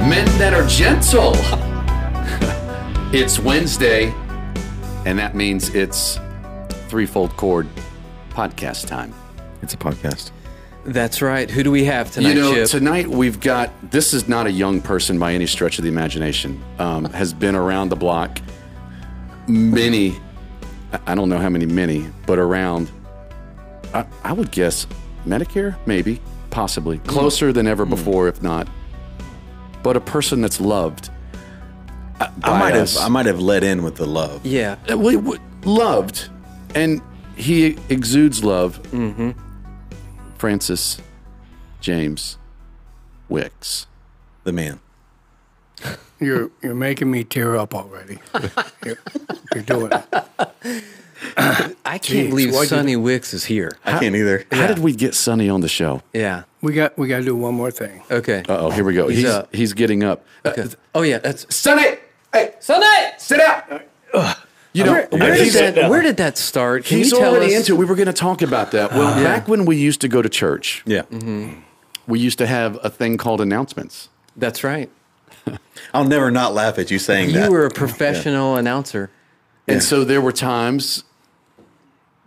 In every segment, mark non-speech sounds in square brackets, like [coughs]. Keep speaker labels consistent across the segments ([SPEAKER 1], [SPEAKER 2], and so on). [SPEAKER 1] men that are gentle. [laughs] it's Wednesday, and that means it's threefold chord podcast time.
[SPEAKER 2] It's a podcast.
[SPEAKER 3] That's right. Who do we have tonight,
[SPEAKER 1] you know,
[SPEAKER 3] Chip?
[SPEAKER 1] tonight we've got this is not a young person by any stretch of the imagination. Um,
[SPEAKER 2] Uh.
[SPEAKER 1] has been around the block many, I- I don't know how many, many, but around. I, I would guess Medicare, maybe, possibly
[SPEAKER 2] Mm.
[SPEAKER 1] closer than ever before, if not. But a person that's loved. uh,
[SPEAKER 2] I might
[SPEAKER 1] bias.
[SPEAKER 2] have I might have let in with the love.
[SPEAKER 3] yeah.
[SPEAKER 1] Uh, we- we- loved, and he exudes love. Mm-hmm. Francis James Wicks.
[SPEAKER 2] The man.
[SPEAKER 4] You're you're making me tear up
[SPEAKER 3] [laughs]
[SPEAKER 4] already. you're, you're doing it.
[SPEAKER 3] I can't
[SPEAKER 4] Jeez,
[SPEAKER 3] believe
[SPEAKER 4] why'd you-
[SPEAKER 3] Sonny Wicks is here.
[SPEAKER 2] I can't either.
[SPEAKER 1] How did we get Sonny on the show?
[SPEAKER 3] Yeah.
[SPEAKER 4] We got we got to do one more thing.
[SPEAKER 3] Okay.
[SPEAKER 1] Uh oh, here we go. He's he's,
[SPEAKER 3] up.
[SPEAKER 1] getting up. Uh,
[SPEAKER 3] Okay. Oh yeah, that's
[SPEAKER 1] Sonny, hey,
[SPEAKER 3] Sonny.
[SPEAKER 1] sit down. You know,
[SPEAKER 3] Where did,
[SPEAKER 1] he's,
[SPEAKER 3] that, where did that start? Can
[SPEAKER 1] uh, he's
[SPEAKER 3] you tell
[SPEAKER 1] already
[SPEAKER 3] us?
[SPEAKER 1] into. it. We were going to talk about that. Well, back when we used to go to church,
[SPEAKER 2] Yeah.
[SPEAKER 1] we used to have a thing called announcements.
[SPEAKER 3] That's right.
[SPEAKER 2] I'll never not laugh at you saying that.
[SPEAKER 3] You were a professional announcer.
[SPEAKER 1] And so there were times,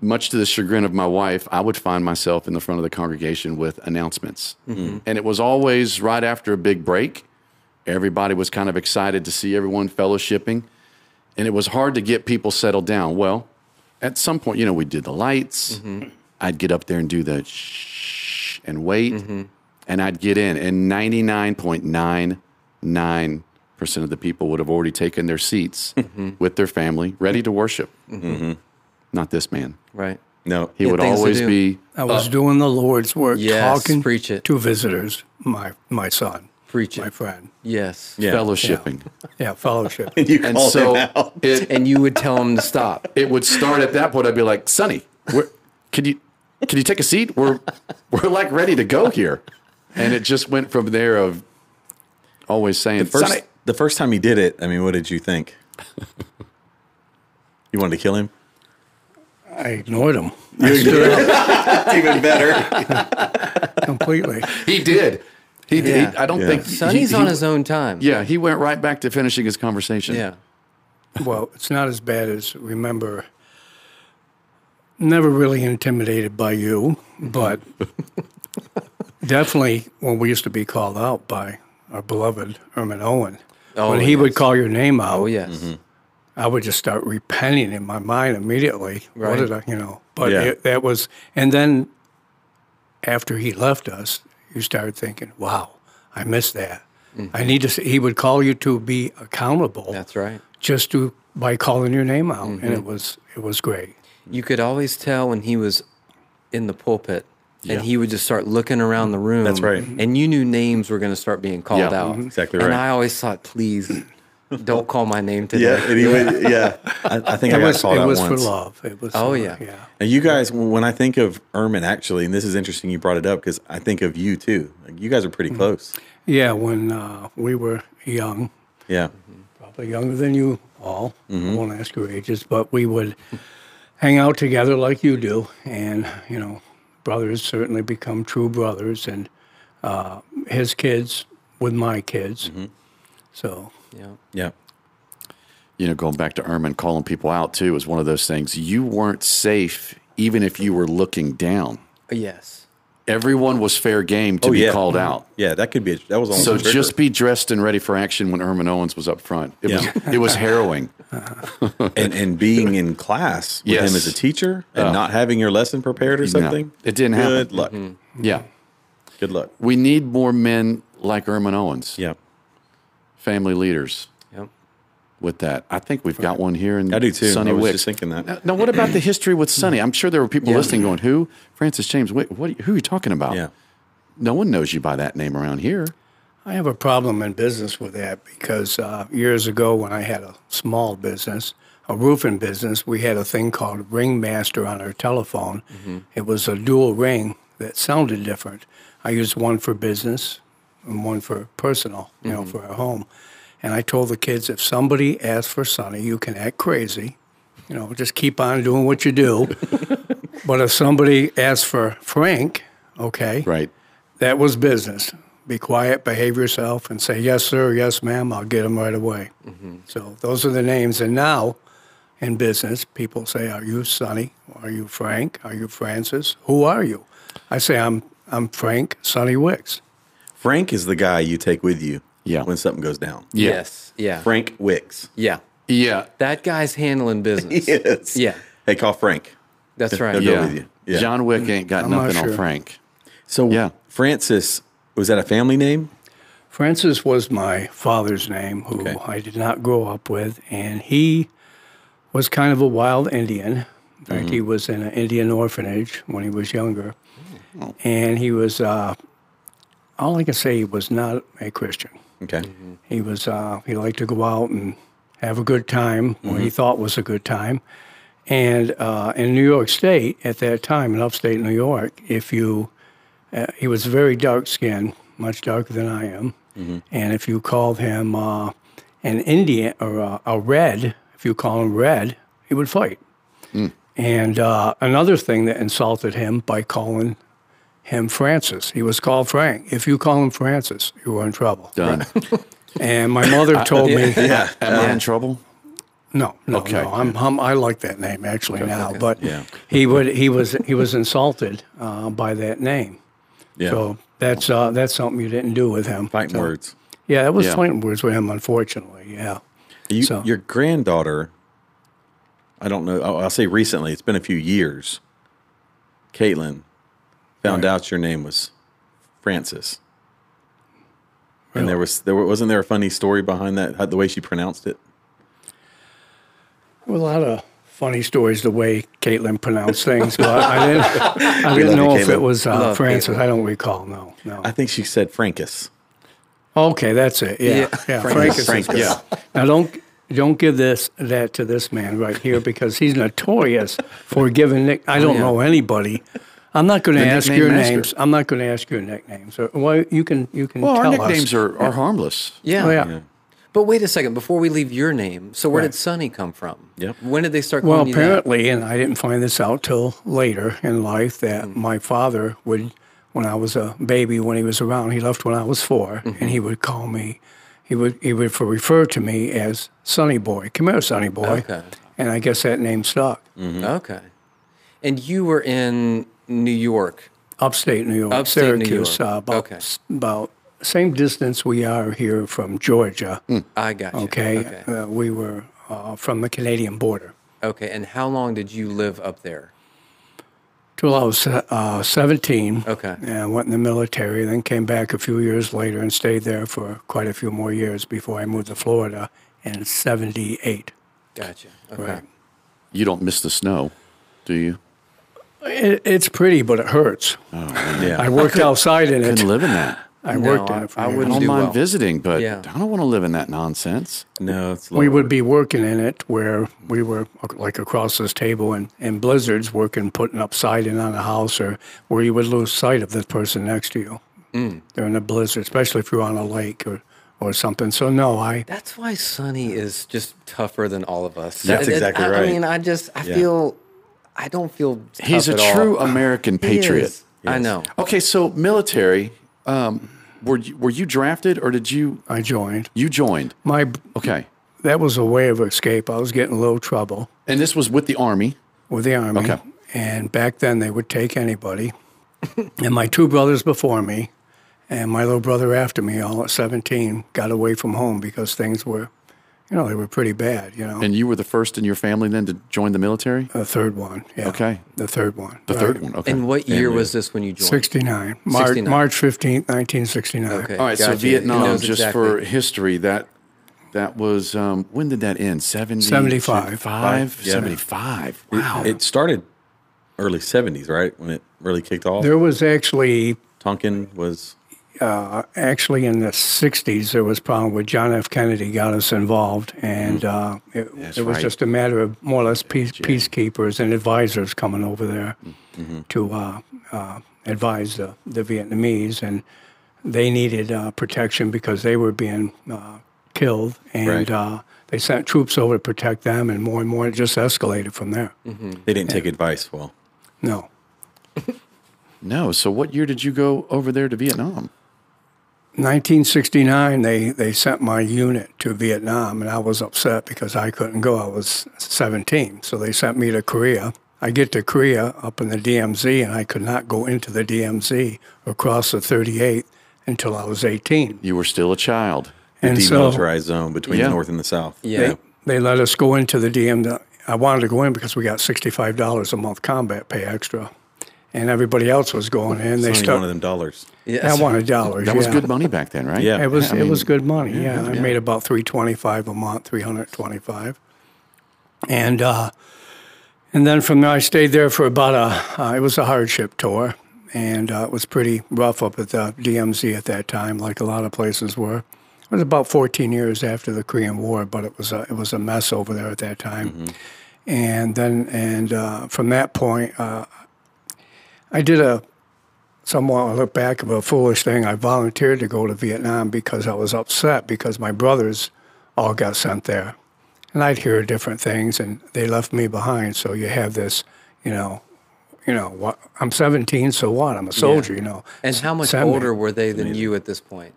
[SPEAKER 1] much to the chagrin of my wife, I would find myself in the front of the congregation with announcements. And it was always right after a big break. Everybody was kind of excited to see everyone fellowshipping. And it was hard to get people settled down. Well, at some point, you know, we did the lights. I'd get up there and do the shh and wait. And I'd get in. And 99.99% of the people would have already taken their seats with their family, ready to worship. Not this man.
[SPEAKER 3] Right.
[SPEAKER 2] no.
[SPEAKER 1] He
[SPEAKER 2] He,
[SPEAKER 1] would
[SPEAKER 3] things to
[SPEAKER 1] always
[SPEAKER 3] do.
[SPEAKER 1] be
[SPEAKER 4] I was doing the Lord's work,
[SPEAKER 3] uh, Yes,
[SPEAKER 4] talking
[SPEAKER 3] preach it.
[SPEAKER 4] to visitors. My my son,
[SPEAKER 3] Preach
[SPEAKER 4] my
[SPEAKER 3] it.
[SPEAKER 4] friend.
[SPEAKER 3] Yes.
[SPEAKER 2] Yeah.
[SPEAKER 1] fellowshipping.
[SPEAKER 4] Yeah,
[SPEAKER 3] [laughs]
[SPEAKER 4] fellowship.
[SPEAKER 2] you [laughs]
[SPEAKER 1] And
[SPEAKER 2] called
[SPEAKER 1] so
[SPEAKER 2] him
[SPEAKER 1] [laughs]
[SPEAKER 2] out.
[SPEAKER 1] it,
[SPEAKER 3] And you would tell him to stop.
[SPEAKER 1] [laughs] it would start at that point. I'd be like, Sonny, where, could you could you take a seat? We're we're like ready to go here. And it just went from there of always saying
[SPEAKER 2] First,
[SPEAKER 1] "Sonny,
[SPEAKER 2] the first time he did it, I mean, what did you think? you wanted to kill him?
[SPEAKER 4] I ignored him
[SPEAKER 2] [laughs] Even better.
[SPEAKER 4] [laughs] completely.
[SPEAKER 1] He did. He did.
[SPEAKER 3] Yeah.
[SPEAKER 1] I don't
[SPEAKER 2] Yeah.
[SPEAKER 1] think he-
[SPEAKER 3] Sonny's
[SPEAKER 1] he-
[SPEAKER 3] on his own time.
[SPEAKER 1] Yeah, he went right back to finishing his conversation.
[SPEAKER 3] Yeah.
[SPEAKER 4] Well, it's not as bad as remember. Never really intimidated by you,
[SPEAKER 3] [laughs]
[SPEAKER 4] but definitely when we used to be called out by our beloved Herman Owen.
[SPEAKER 3] Oh,
[SPEAKER 4] when he would call your name out,
[SPEAKER 3] Oh yes.
[SPEAKER 1] Mm-hmm.
[SPEAKER 4] I would just start repenting in my mind immediately. What
[SPEAKER 3] Right.
[SPEAKER 4] did I, you know? But
[SPEAKER 2] Yeah.
[SPEAKER 4] it, that was, and then after he left us, you started thinking, "Wow, I missed that. I need to." s- He would call you to be accountable,
[SPEAKER 3] That's right.
[SPEAKER 4] just to by calling your name out, and it was it was great.
[SPEAKER 3] You could always tell when he was in the pulpit and he would just start looking around the room.
[SPEAKER 2] That's right. Mm-hmm.
[SPEAKER 3] And you knew names were going to start being called
[SPEAKER 1] Yeah,
[SPEAKER 3] out.
[SPEAKER 2] exactly
[SPEAKER 3] And
[SPEAKER 2] right.
[SPEAKER 3] I always thought, please don't call my name today.
[SPEAKER 2] yeah. And he would, yeah. I, I think I
[SPEAKER 4] It
[SPEAKER 2] got
[SPEAKER 4] was
[SPEAKER 2] called
[SPEAKER 4] it
[SPEAKER 2] out
[SPEAKER 4] was
[SPEAKER 2] once.
[SPEAKER 4] for love. It was
[SPEAKER 3] Oh,
[SPEAKER 4] for-
[SPEAKER 3] yeah.
[SPEAKER 4] yeah.
[SPEAKER 2] Now, you guys, when I think of Ermin, actually, and this is interesting you brought it up because I think of you too. Like, you guys are pretty close.
[SPEAKER 4] Yeah, when uh, we were young,
[SPEAKER 2] Yeah.
[SPEAKER 4] probably younger than you all. I won't ask your ages, but we would hang out together like you do, and you know, brothers certainly become true brothers, and uh, his kids with my kids. So
[SPEAKER 3] Yeah.
[SPEAKER 2] Yeah.
[SPEAKER 1] You know, going back to Ermin calling people out too is one of those things. You weren't safe even if you were looking down.
[SPEAKER 3] Uh, Yes.
[SPEAKER 1] Everyone was fair game to
[SPEAKER 2] Oh,
[SPEAKER 1] be
[SPEAKER 2] yeah. Oh,
[SPEAKER 1] called out.
[SPEAKER 2] Yeah. That could be, a, that was almost
[SPEAKER 1] So
[SPEAKER 2] a trigger.
[SPEAKER 1] just be dressed and ready for action when Ermin Owens was up front. It was it was
[SPEAKER 2] [laughs]
[SPEAKER 1] harrowing.
[SPEAKER 2] and, and being in class with
[SPEAKER 1] Yes. Oh.
[SPEAKER 2] him as a teacher and not having your lesson prepared or something.
[SPEAKER 1] it didn't
[SPEAKER 2] Good
[SPEAKER 1] happen. Mm-hmm.
[SPEAKER 2] luck.
[SPEAKER 1] Yeah.
[SPEAKER 2] Good luck.
[SPEAKER 1] We need more men like Ermin Owens,
[SPEAKER 2] Yeah,
[SPEAKER 1] family leaders
[SPEAKER 3] Yep.
[SPEAKER 1] with that. I think we've got one here in
[SPEAKER 2] I do too.
[SPEAKER 1] Sonny
[SPEAKER 2] I was
[SPEAKER 1] Wick.
[SPEAKER 2] just thinking that.
[SPEAKER 1] Now, now, what about the history with Sonny? I'm sure there were people listening going, "Who? Francis James Wick? What? Are you, who are you talking about?
[SPEAKER 2] Yeah,
[SPEAKER 1] No one knows you by that name around here."
[SPEAKER 4] I have a problem in business with that because uh, years ago, when I had a small business, a roofing business, we had a thing called Ringmaster on our telephone. It was a dual ring that sounded different. I used one for business and one for personal, you know, for our home. And I told the kids if somebody asks for Sonny, you can act crazy. You know, just keep on doing what you do. but if somebody asks for Frank, okay,
[SPEAKER 1] Right.
[SPEAKER 4] that was business. be quiet, behave yourself, and say, yes, sir, yes, ma'am, I'll get them right away. So those are the names. And now in business, people say, are you Sonny? Are you Frank? Are you Francis? Who are you? I say, I'm, I'm Frank Sonny Wicks.
[SPEAKER 2] Frank is the guy you take with you
[SPEAKER 1] Yeah.
[SPEAKER 2] when something goes down.
[SPEAKER 1] Yeah.
[SPEAKER 3] Yes. Yeah.
[SPEAKER 2] Frank Wicks. [laughs]
[SPEAKER 3] Yeah.
[SPEAKER 1] Yeah.
[SPEAKER 3] That guy's handling business.
[SPEAKER 2] Yes.
[SPEAKER 3] Yeah.
[SPEAKER 2] Hey, call Frank.
[SPEAKER 3] That's right.
[SPEAKER 2] He'll go
[SPEAKER 1] Yeah.
[SPEAKER 2] with you. Yeah.
[SPEAKER 1] John Wick ain't got
[SPEAKER 4] I'm not
[SPEAKER 1] nothing
[SPEAKER 4] sure.
[SPEAKER 1] on Frank.
[SPEAKER 2] So
[SPEAKER 1] Yeah.
[SPEAKER 2] Francis, was that a family name?
[SPEAKER 4] Francis was my father's name, who
[SPEAKER 2] Okay.
[SPEAKER 4] I did not grow up with, and he was kind of a wild Indian. In fact, he was in an Indian orphanage when he was younger, and he was. Uh, all I can say, he was not a Christian.
[SPEAKER 2] Okay.
[SPEAKER 4] He was. Uh, he liked to go out and have a good time, what he thought was a good time. And uh, in New York State at that time, in upstate New York, if you, uh, he was very dark skinned, much darker than I am. And if you called him uh, an Indian or a, a red, if you call him red, he would fight. And uh, another thing that insulted him by calling him Francis, he was called Frank. If you call him Francis, you were in trouble.
[SPEAKER 1] Done.
[SPEAKER 4] And my mother told me,
[SPEAKER 2] Uh, Yeah.
[SPEAKER 1] Am I in trouble?
[SPEAKER 4] no, no,
[SPEAKER 1] Okay.
[SPEAKER 4] no. I'm, I'm, I like that name actually now, but
[SPEAKER 2] Yeah.
[SPEAKER 4] he would he was he was insulted uh, by that name.
[SPEAKER 2] Yeah.
[SPEAKER 4] So that's uh, that's something you didn't do with him.
[SPEAKER 2] Fighting
[SPEAKER 4] So-
[SPEAKER 2] words.
[SPEAKER 4] Yeah, that was
[SPEAKER 1] Yeah.
[SPEAKER 4] fighting words with him, unfortunately. Yeah.
[SPEAKER 2] You,
[SPEAKER 4] So-
[SPEAKER 2] Your granddaughter, I don't know, I'll, I'll say recently, it's been a few years, Caitlin found out your name was Francis. And there was there were- wasn't there a funny story behind that how- the way she pronounced it.
[SPEAKER 4] Well, a lot of funny stories the way Caitlin pronounced things, but I
[SPEAKER 2] [laughs]
[SPEAKER 4] didn't I didn't
[SPEAKER 2] love you,
[SPEAKER 4] know if
[SPEAKER 2] Caitlin.
[SPEAKER 4] it was uh,
[SPEAKER 3] Love
[SPEAKER 4] Francis.
[SPEAKER 3] Caitlin.
[SPEAKER 4] I don't recall. No, no.
[SPEAKER 2] I think she said Francis.
[SPEAKER 4] Okay, that's it. Yeah,
[SPEAKER 3] Yeah.
[SPEAKER 4] yeah. Frank is
[SPEAKER 2] Francis.
[SPEAKER 1] Yeah.
[SPEAKER 4] Now don't don't give this that to this man right here because he's notorious for giving nick. I don't
[SPEAKER 3] yeah.
[SPEAKER 4] know anybody. I'm not going to ask
[SPEAKER 1] nickname
[SPEAKER 4] your
[SPEAKER 1] master.
[SPEAKER 4] names. I'm not going to ask your nicknames. Or, well, you can you can
[SPEAKER 1] Well, our
[SPEAKER 4] tell
[SPEAKER 1] nicknames
[SPEAKER 4] us.
[SPEAKER 1] are, are harmless.
[SPEAKER 3] Yeah.
[SPEAKER 4] Oh, yeah.
[SPEAKER 3] But wait a second before we leave your name. So where
[SPEAKER 4] Right.
[SPEAKER 3] did Sonny come from?
[SPEAKER 2] Yep.
[SPEAKER 3] When did they start calling
[SPEAKER 4] Well,
[SPEAKER 3] you that?
[SPEAKER 4] apparently, and I didn't find this out till later in life that my father would, when I was a baby, when he was around, he left when I was 4 and he would call me. He would he would refer to me as Sonny Boy. Come here, Sonny Boy.
[SPEAKER 3] Okay.
[SPEAKER 4] And I guess that name stuck.
[SPEAKER 3] Okay. And you were in New York.
[SPEAKER 4] Upstate New York,
[SPEAKER 3] Upstate New
[SPEAKER 4] Syracuse,
[SPEAKER 3] York.
[SPEAKER 4] Uh, about,
[SPEAKER 3] Okay.
[SPEAKER 4] s- about same distance we are here from Georgia.
[SPEAKER 3] I got you.
[SPEAKER 4] Okay,
[SPEAKER 3] Hmm. Okay.
[SPEAKER 4] Uh, we were uh, from the Canadian border
[SPEAKER 3] Okay. And how long did you live up there?
[SPEAKER 4] till I was uh, 17.
[SPEAKER 3] Okay.
[SPEAKER 4] and went in the military, then came back a few years later and stayed there for quite a few more years before I moved to Florida in '78.
[SPEAKER 3] Gotcha. Okay.
[SPEAKER 4] Right.
[SPEAKER 1] You don't miss the snow, do you?
[SPEAKER 4] It, it's pretty, but it hurts.
[SPEAKER 2] Yeah.
[SPEAKER 4] I worked outside in it.
[SPEAKER 1] Couldn't live in that.
[SPEAKER 4] I worked
[SPEAKER 3] No,
[SPEAKER 4] in
[SPEAKER 3] I-
[SPEAKER 4] it. For
[SPEAKER 3] I
[SPEAKER 4] years.
[SPEAKER 1] I
[SPEAKER 3] wouldn't
[SPEAKER 1] don't
[SPEAKER 3] do
[SPEAKER 1] mind
[SPEAKER 3] well.
[SPEAKER 1] visiting, but
[SPEAKER 3] Yeah.
[SPEAKER 1] I don't want to live in that nonsense.
[SPEAKER 2] no, it's
[SPEAKER 4] we
[SPEAKER 2] lower.
[SPEAKER 4] would be working in it where we were ac- like across this table in, in blizzards working putting up siding on a house or where you would lose sight of the person next to you during a blizzard especially if you're on a lake or, or something so no i
[SPEAKER 3] That's why Sonny is just tougher than all of us.
[SPEAKER 2] That's
[SPEAKER 3] And- and
[SPEAKER 2] exactly
[SPEAKER 3] I, I
[SPEAKER 2] right.
[SPEAKER 3] mean, I just I feel I don't feel
[SPEAKER 1] He's a
[SPEAKER 3] tough at all.
[SPEAKER 1] true American
[SPEAKER 3] He is.
[SPEAKER 1] patriot.
[SPEAKER 3] I know.
[SPEAKER 1] Okay, so military, um, were you, were you drafted or did you
[SPEAKER 4] i joined
[SPEAKER 1] you joined?
[SPEAKER 4] my
[SPEAKER 1] Okay,
[SPEAKER 4] that was a way of escape i was getting a little trouble
[SPEAKER 1] and this was with the army.
[SPEAKER 4] with the army
[SPEAKER 1] Okay.
[SPEAKER 4] and back then they would take anybody [laughs] and my two brothers before me and my little brother after me all at 17 got away from home because things were you know they were pretty bad you know
[SPEAKER 1] And you were the first in your family then to join the military?
[SPEAKER 4] The third one. Yeah.
[SPEAKER 1] Okay.
[SPEAKER 4] The third one.
[SPEAKER 1] The third one. Okay.
[SPEAKER 3] And what year was this when you joined?
[SPEAKER 4] 69. March,
[SPEAKER 3] 69.
[SPEAKER 4] March 15th, 1969.
[SPEAKER 3] Okay.
[SPEAKER 1] All right, so
[SPEAKER 3] gotcha. He
[SPEAKER 1] Vietnam,
[SPEAKER 3] knows
[SPEAKER 1] just
[SPEAKER 3] exactly.
[SPEAKER 1] for history, that that was um, when did that end? 70,
[SPEAKER 4] 75.
[SPEAKER 1] Five?
[SPEAKER 2] Yeah.
[SPEAKER 1] 75. Wow.
[SPEAKER 2] It started early 70s, right? When it really kicked off.
[SPEAKER 4] There was actually,
[SPEAKER 2] Tonkin was
[SPEAKER 4] actually in the 60s, there was a problem with John F. Kennedy got us involved, and uh, it, it was
[SPEAKER 1] right.
[SPEAKER 4] just a matter of more or less peace, peacekeepers and advisors coming over there to uh, uh, advise the, the Vietnamese, and they needed uh, protection because they were being uh, killed, and
[SPEAKER 2] Right.
[SPEAKER 4] uh, they sent troops over to protect them, and more and more it just escalated from there.
[SPEAKER 1] Hmm.
[SPEAKER 2] they didn't take advice well.
[SPEAKER 4] No.
[SPEAKER 1] No. So what year did you go over there to Vietnam?
[SPEAKER 4] 1969, they, they sent my unit to Vietnam, and I was upset because I couldn't go. I was 17. So they sent me to Korea. I get to Korea up in the DMZ, and I could not go into the DMZ or cross the 38 until I was 18.
[SPEAKER 1] You were still a child.
[SPEAKER 2] The
[SPEAKER 4] and so
[SPEAKER 2] demilitarized zone between
[SPEAKER 1] Yeah.
[SPEAKER 2] the north and the south.
[SPEAKER 3] Yeah.
[SPEAKER 4] they, they let us go into the DMZ. I wanted to go in because we got $65 a month combat pay extra, and everybody else was going in.
[SPEAKER 2] It's only one
[SPEAKER 4] They
[SPEAKER 2] of
[SPEAKER 4] started.
[SPEAKER 2] them dollars.
[SPEAKER 3] Yeah.
[SPEAKER 4] I wanted dollars.
[SPEAKER 1] That was
[SPEAKER 4] yeah.
[SPEAKER 1] good money back then, right?
[SPEAKER 2] Yeah.
[SPEAKER 4] It was
[SPEAKER 1] I
[SPEAKER 4] it
[SPEAKER 1] mean,
[SPEAKER 4] was good money. Yeah, I made about three twenty five a month, three hundred twenty five, and uh, and then from there I stayed there for about a. Uh, it was a hardship tour, and uh, it was pretty rough up at the DMZ at that time, like a lot of places were. It was about fourteen years after the Korean War, but it was a, it was a mess over there at that time. And then and uh, from that point, uh, I did a somewhat I look back of a foolish thing. I volunteered to go to Vietnam because I was upset because my brothers all got sent there. And I'd hear different things and they left me behind. So you have this, you know, you know, what I'm 17, so what? I'm a soldier, you know.
[SPEAKER 3] And how much
[SPEAKER 4] Send me.
[SPEAKER 3] older were they than you at this point?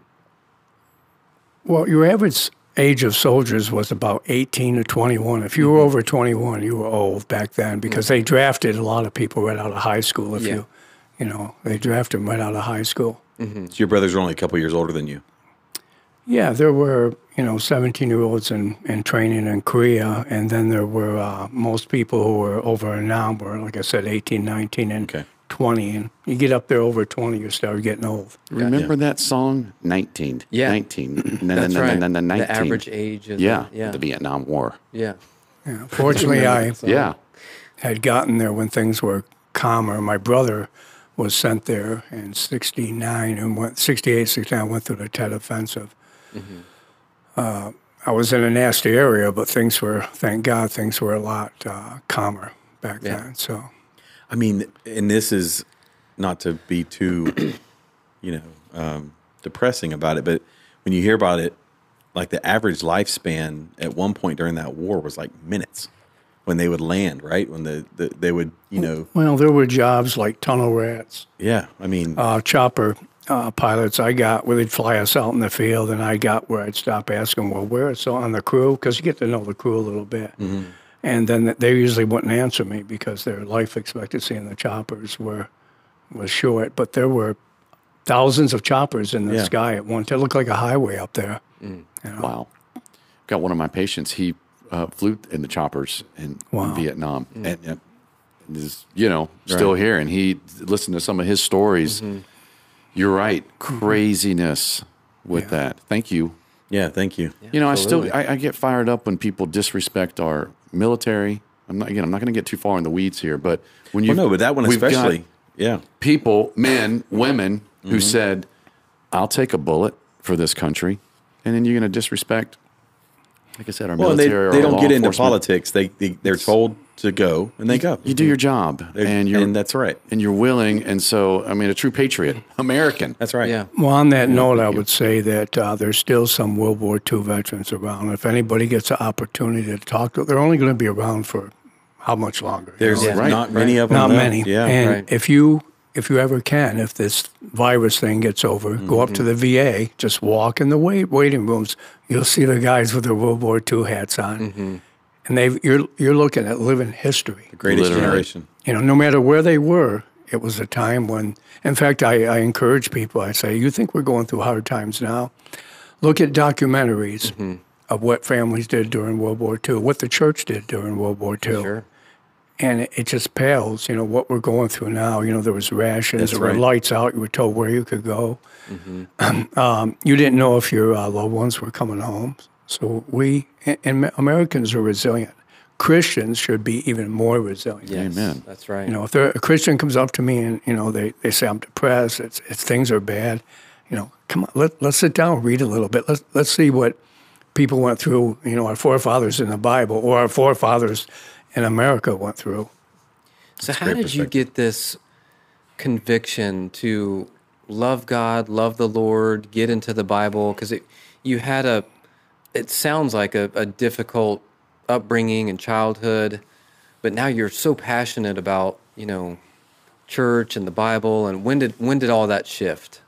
[SPEAKER 4] Well, your average age of soldiers was about 18 to 21. If you were over 21, you were old back then because they drafted a lot of people right out of high school. If
[SPEAKER 3] Yeah.
[SPEAKER 4] you, you know, they drafted them right out of high school.
[SPEAKER 2] So your brothers are only a couple years older than you.
[SPEAKER 4] Yeah, there were you know seventeen year olds in, in training in Korea, and then there were uh, most people who were over an hour, like I said, 18, 19, and
[SPEAKER 2] Okay.
[SPEAKER 4] twenty. And you get up there over twenty, you start getting old.
[SPEAKER 1] Remember that song? 19.
[SPEAKER 3] Yeah. [clears throat]
[SPEAKER 1] 19.
[SPEAKER 3] That's right.
[SPEAKER 1] 19.
[SPEAKER 3] The average age is
[SPEAKER 1] Yeah.
[SPEAKER 3] yeah.
[SPEAKER 1] The Vietnam War.
[SPEAKER 3] yeah.
[SPEAKER 4] Yeah. Fortunately, I
[SPEAKER 1] Yeah.
[SPEAKER 4] had gotten there when things were calmer. My brother was sent there in 69 and went 68, 69, went through the Tet Offensive. Uh, I was in a nasty area, but things were, thank God, things were a lot uh, calmer back then. So,
[SPEAKER 2] I mean, and this is not to be too, you know, um, depressing about it, but when you hear about it, like the average lifespan at one point during that war was like minutes when they would land, right? When the, the they would, you know,
[SPEAKER 4] well, there were jobs like tunnel rats,
[SPEAKER 2] yeah. I mean,
[SPEAKER 4] uh, chopper uh, pilots I got where they'd fly us out in the field, and I got where I'd stop asking, well, where is so on the crew? Because you get to know the crew a little bit.
[SPEAKER 2] Mm-hmm.
[SPEAKER 4] And then they usually wouldn't answer me because their life expectancy in the choppers were was short. But there were thousands of choppers in the
[SPEAKER 2] Yeah. Mm.
[SPEAKER 4] sky at once. It looked like a highway up there.
[SPEAKER 1] Wow. Got one of my patients. He uh, flew in the choppers in, in Vietnam,
[SPEAKER 2] Mm.
[SPEAKER 1] and, uh, and is you know still here. And he listened to some of his stories.
[SPEAKER 2] Mm-hmm.
[SPEAKER 1] You're right, craziness with that. Thank you.
[SPEAKER 2] yeah. Thank you.
[SPEAKER 1] you know, I still I, I get fired up when people disrespect our military. I'm not again. I'm not going to get too far in the weeds here, but when you
[SPEAKER 2] Well, no, but that one
[SPEAKER 1] we've got
[SPEAKER 2] especially, yeah.
[SPEAKER 1] people, men, women,
[SPEAKER 2] Mm-hmm.
[SPEAKER 1] who said, "I'll take a bullet for this country," and then you're going to disrespect. Like I said, our
[SPEAKER 2] Well, and they,
[SPEAKER 1] military.
[SPEAKER 2] they
[SPEAKER 1] or
[SPEAKER 2] don't
[SPEAKER 1] law
[SPEAKER 2] get into
[SPEAKER 1] enforcement.
[SPEAKER 2] politics. They, they they're told to go and they go.
[SPEAKER 1] You do your job, and you're
[SPEAKER 2] and that's right.
[SPEAKER 1] and you're willing, and so I mean, a true patriot,
[SPEAKER 2] [laughs]
[SPEAKER 1] American.
[SPEAKER 2] That's right.
[SPEAKER 3] Yeah.
[SPEAKER 4] Well, on that note, I would say that uh, there's still some World War II veterans around. If anybody gets an opportunity to talk to, they're only going to be around for how much longer? you
[SPEAKER 2] There's
[SPEAKER 4] know?
[SPEAKER 3] Yeah.
[SPEAKER 2] not
[SPEAKER 3] Right,
[SPEAKER 2] many
[SPEAKER 3] right.
[SPEAKER 2] of them.
[SPEAKER 4] not
[SPEAKER 2] though.
[SPEAKER 4] many.
[SPEAKER 2] Yeah.
[SPEAKER 4] and
[SPEAKER 3] right.
[SPEAKER 4] if you if you ever can, if this virus thing gets over, go up to the VA. Just walk in the wait waiting rooms. You'll see the guys with their World War II hats on, and they you're you're looking at living history.
[SPEAKER 2] Greatest
[SPEAKER 1] Literally.
[SPEAKER 2] generation.
[SPEAKER 4] You know, no matter where they were, it was a time when, in fact, I, I encourage people, I say, you think we're going through hard times now? Look at documentaries
[SPEAKER 2] Mm-hmm.
[SPEAKER 4] of what families did during World War II, what the church did during World War II.
[SPEAKER 3] Sure.
[SPEAKER 4] And it, it just pales, you know, what we're going through now. You know, there was rations,
[SPEAKER 2] That's
[SPEAKER 4] there
[SPEAKER 2] right.
[SPEAKER 4] were lights out, you were told where you could go.
[SPEAKER 2] Mm-hmm.
[SPEAKER 4] [clears throat] um, you didn't know if your uh, loved ones were coming home. So we, and, and Americans are resilient. Christians should be even more resilient.
[SPEAKER 3] Yes,
[SPEAKER 1] Amen.
[SPEAKER 3] That's right.
[SPEAKER 4] You know, if there, a Christian comes up to me and you know they, they say I'm depressed, it's, it's things are bad. You know, come on, let let's sit down, read a little bit. Let's let's see what people went through. You know, our forefathers in the Bible or our forefathers in America went through.
[SPEAKER 3] So, how did you get this conviction to love God, love the Lord, get into the Bible? Because you had a, it sounds like a, a difficult upbringing and childhood, but now you're so passionate about you know church and the Bible. And when did when did all that shift?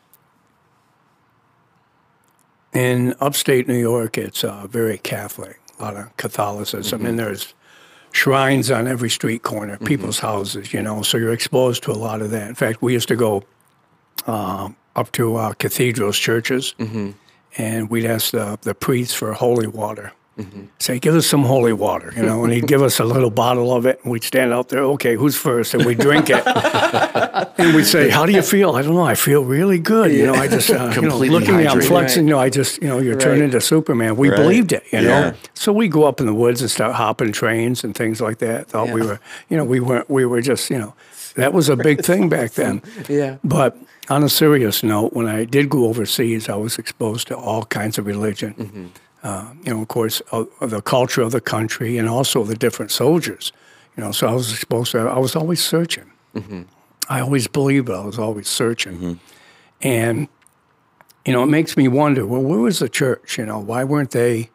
[SPEAKER 4] In upstate New York, it's uh, very Catholic, a lot of Catholicism,
[SPEAKER 1] Mm-hmm.
[SPEAKER 4] and there's shrines on every street corner, people's houses, you know, so you're exposed to a lot of that. In fact, we used to go uh, up to uh, cathedrals, churches,
[SPEAKER 1] Mm-hmm.
[SPEAKER 4] and we'd ask the, the priest for holy water.
[SPEAKER 1] Mm-hmm.
[SPEAKER 4] Say, give us some holy water, you know, and he'd give us a little bottle of it, and we'd stand out there, okay, who's first? And we'd
[SPEAKER 1] [laughs]
[SPEAKER 4] drink it. and we'd say, how do you feel? I don't know, I feel really good. You know, I just, uh, you know,
[SPEAKER 1] Completely
[SPEAKER 4] looking, I'm
[SPEAKER 1] hydrated.
[SPEAKER 4] flexing, you know, I just, you know, you're turning to Superman. We believed it, you know.
[SPEAKER 2] Yeah.
[SPEAKER 4] So we go up in the woods and start hopping trains and things like that. Thought we
[SPEAKER 3] Yeah.
[SPEAKER 4] were, you know, we weren't, we were just, you know, that was a big thing back then.
[SPEAKER 3] Yeah.
[SPEAKER 4] But on a serious note, when I did go overseas, I was exposed to all kinds of religion. Uh, you know, of course, uh, the culture of the country and also the different soldiers. You know, so I was exposed to. I was always searching. I always believed. I was always searching, and you know, it makes me wonder. Well, where was the church? You know, why weren't they?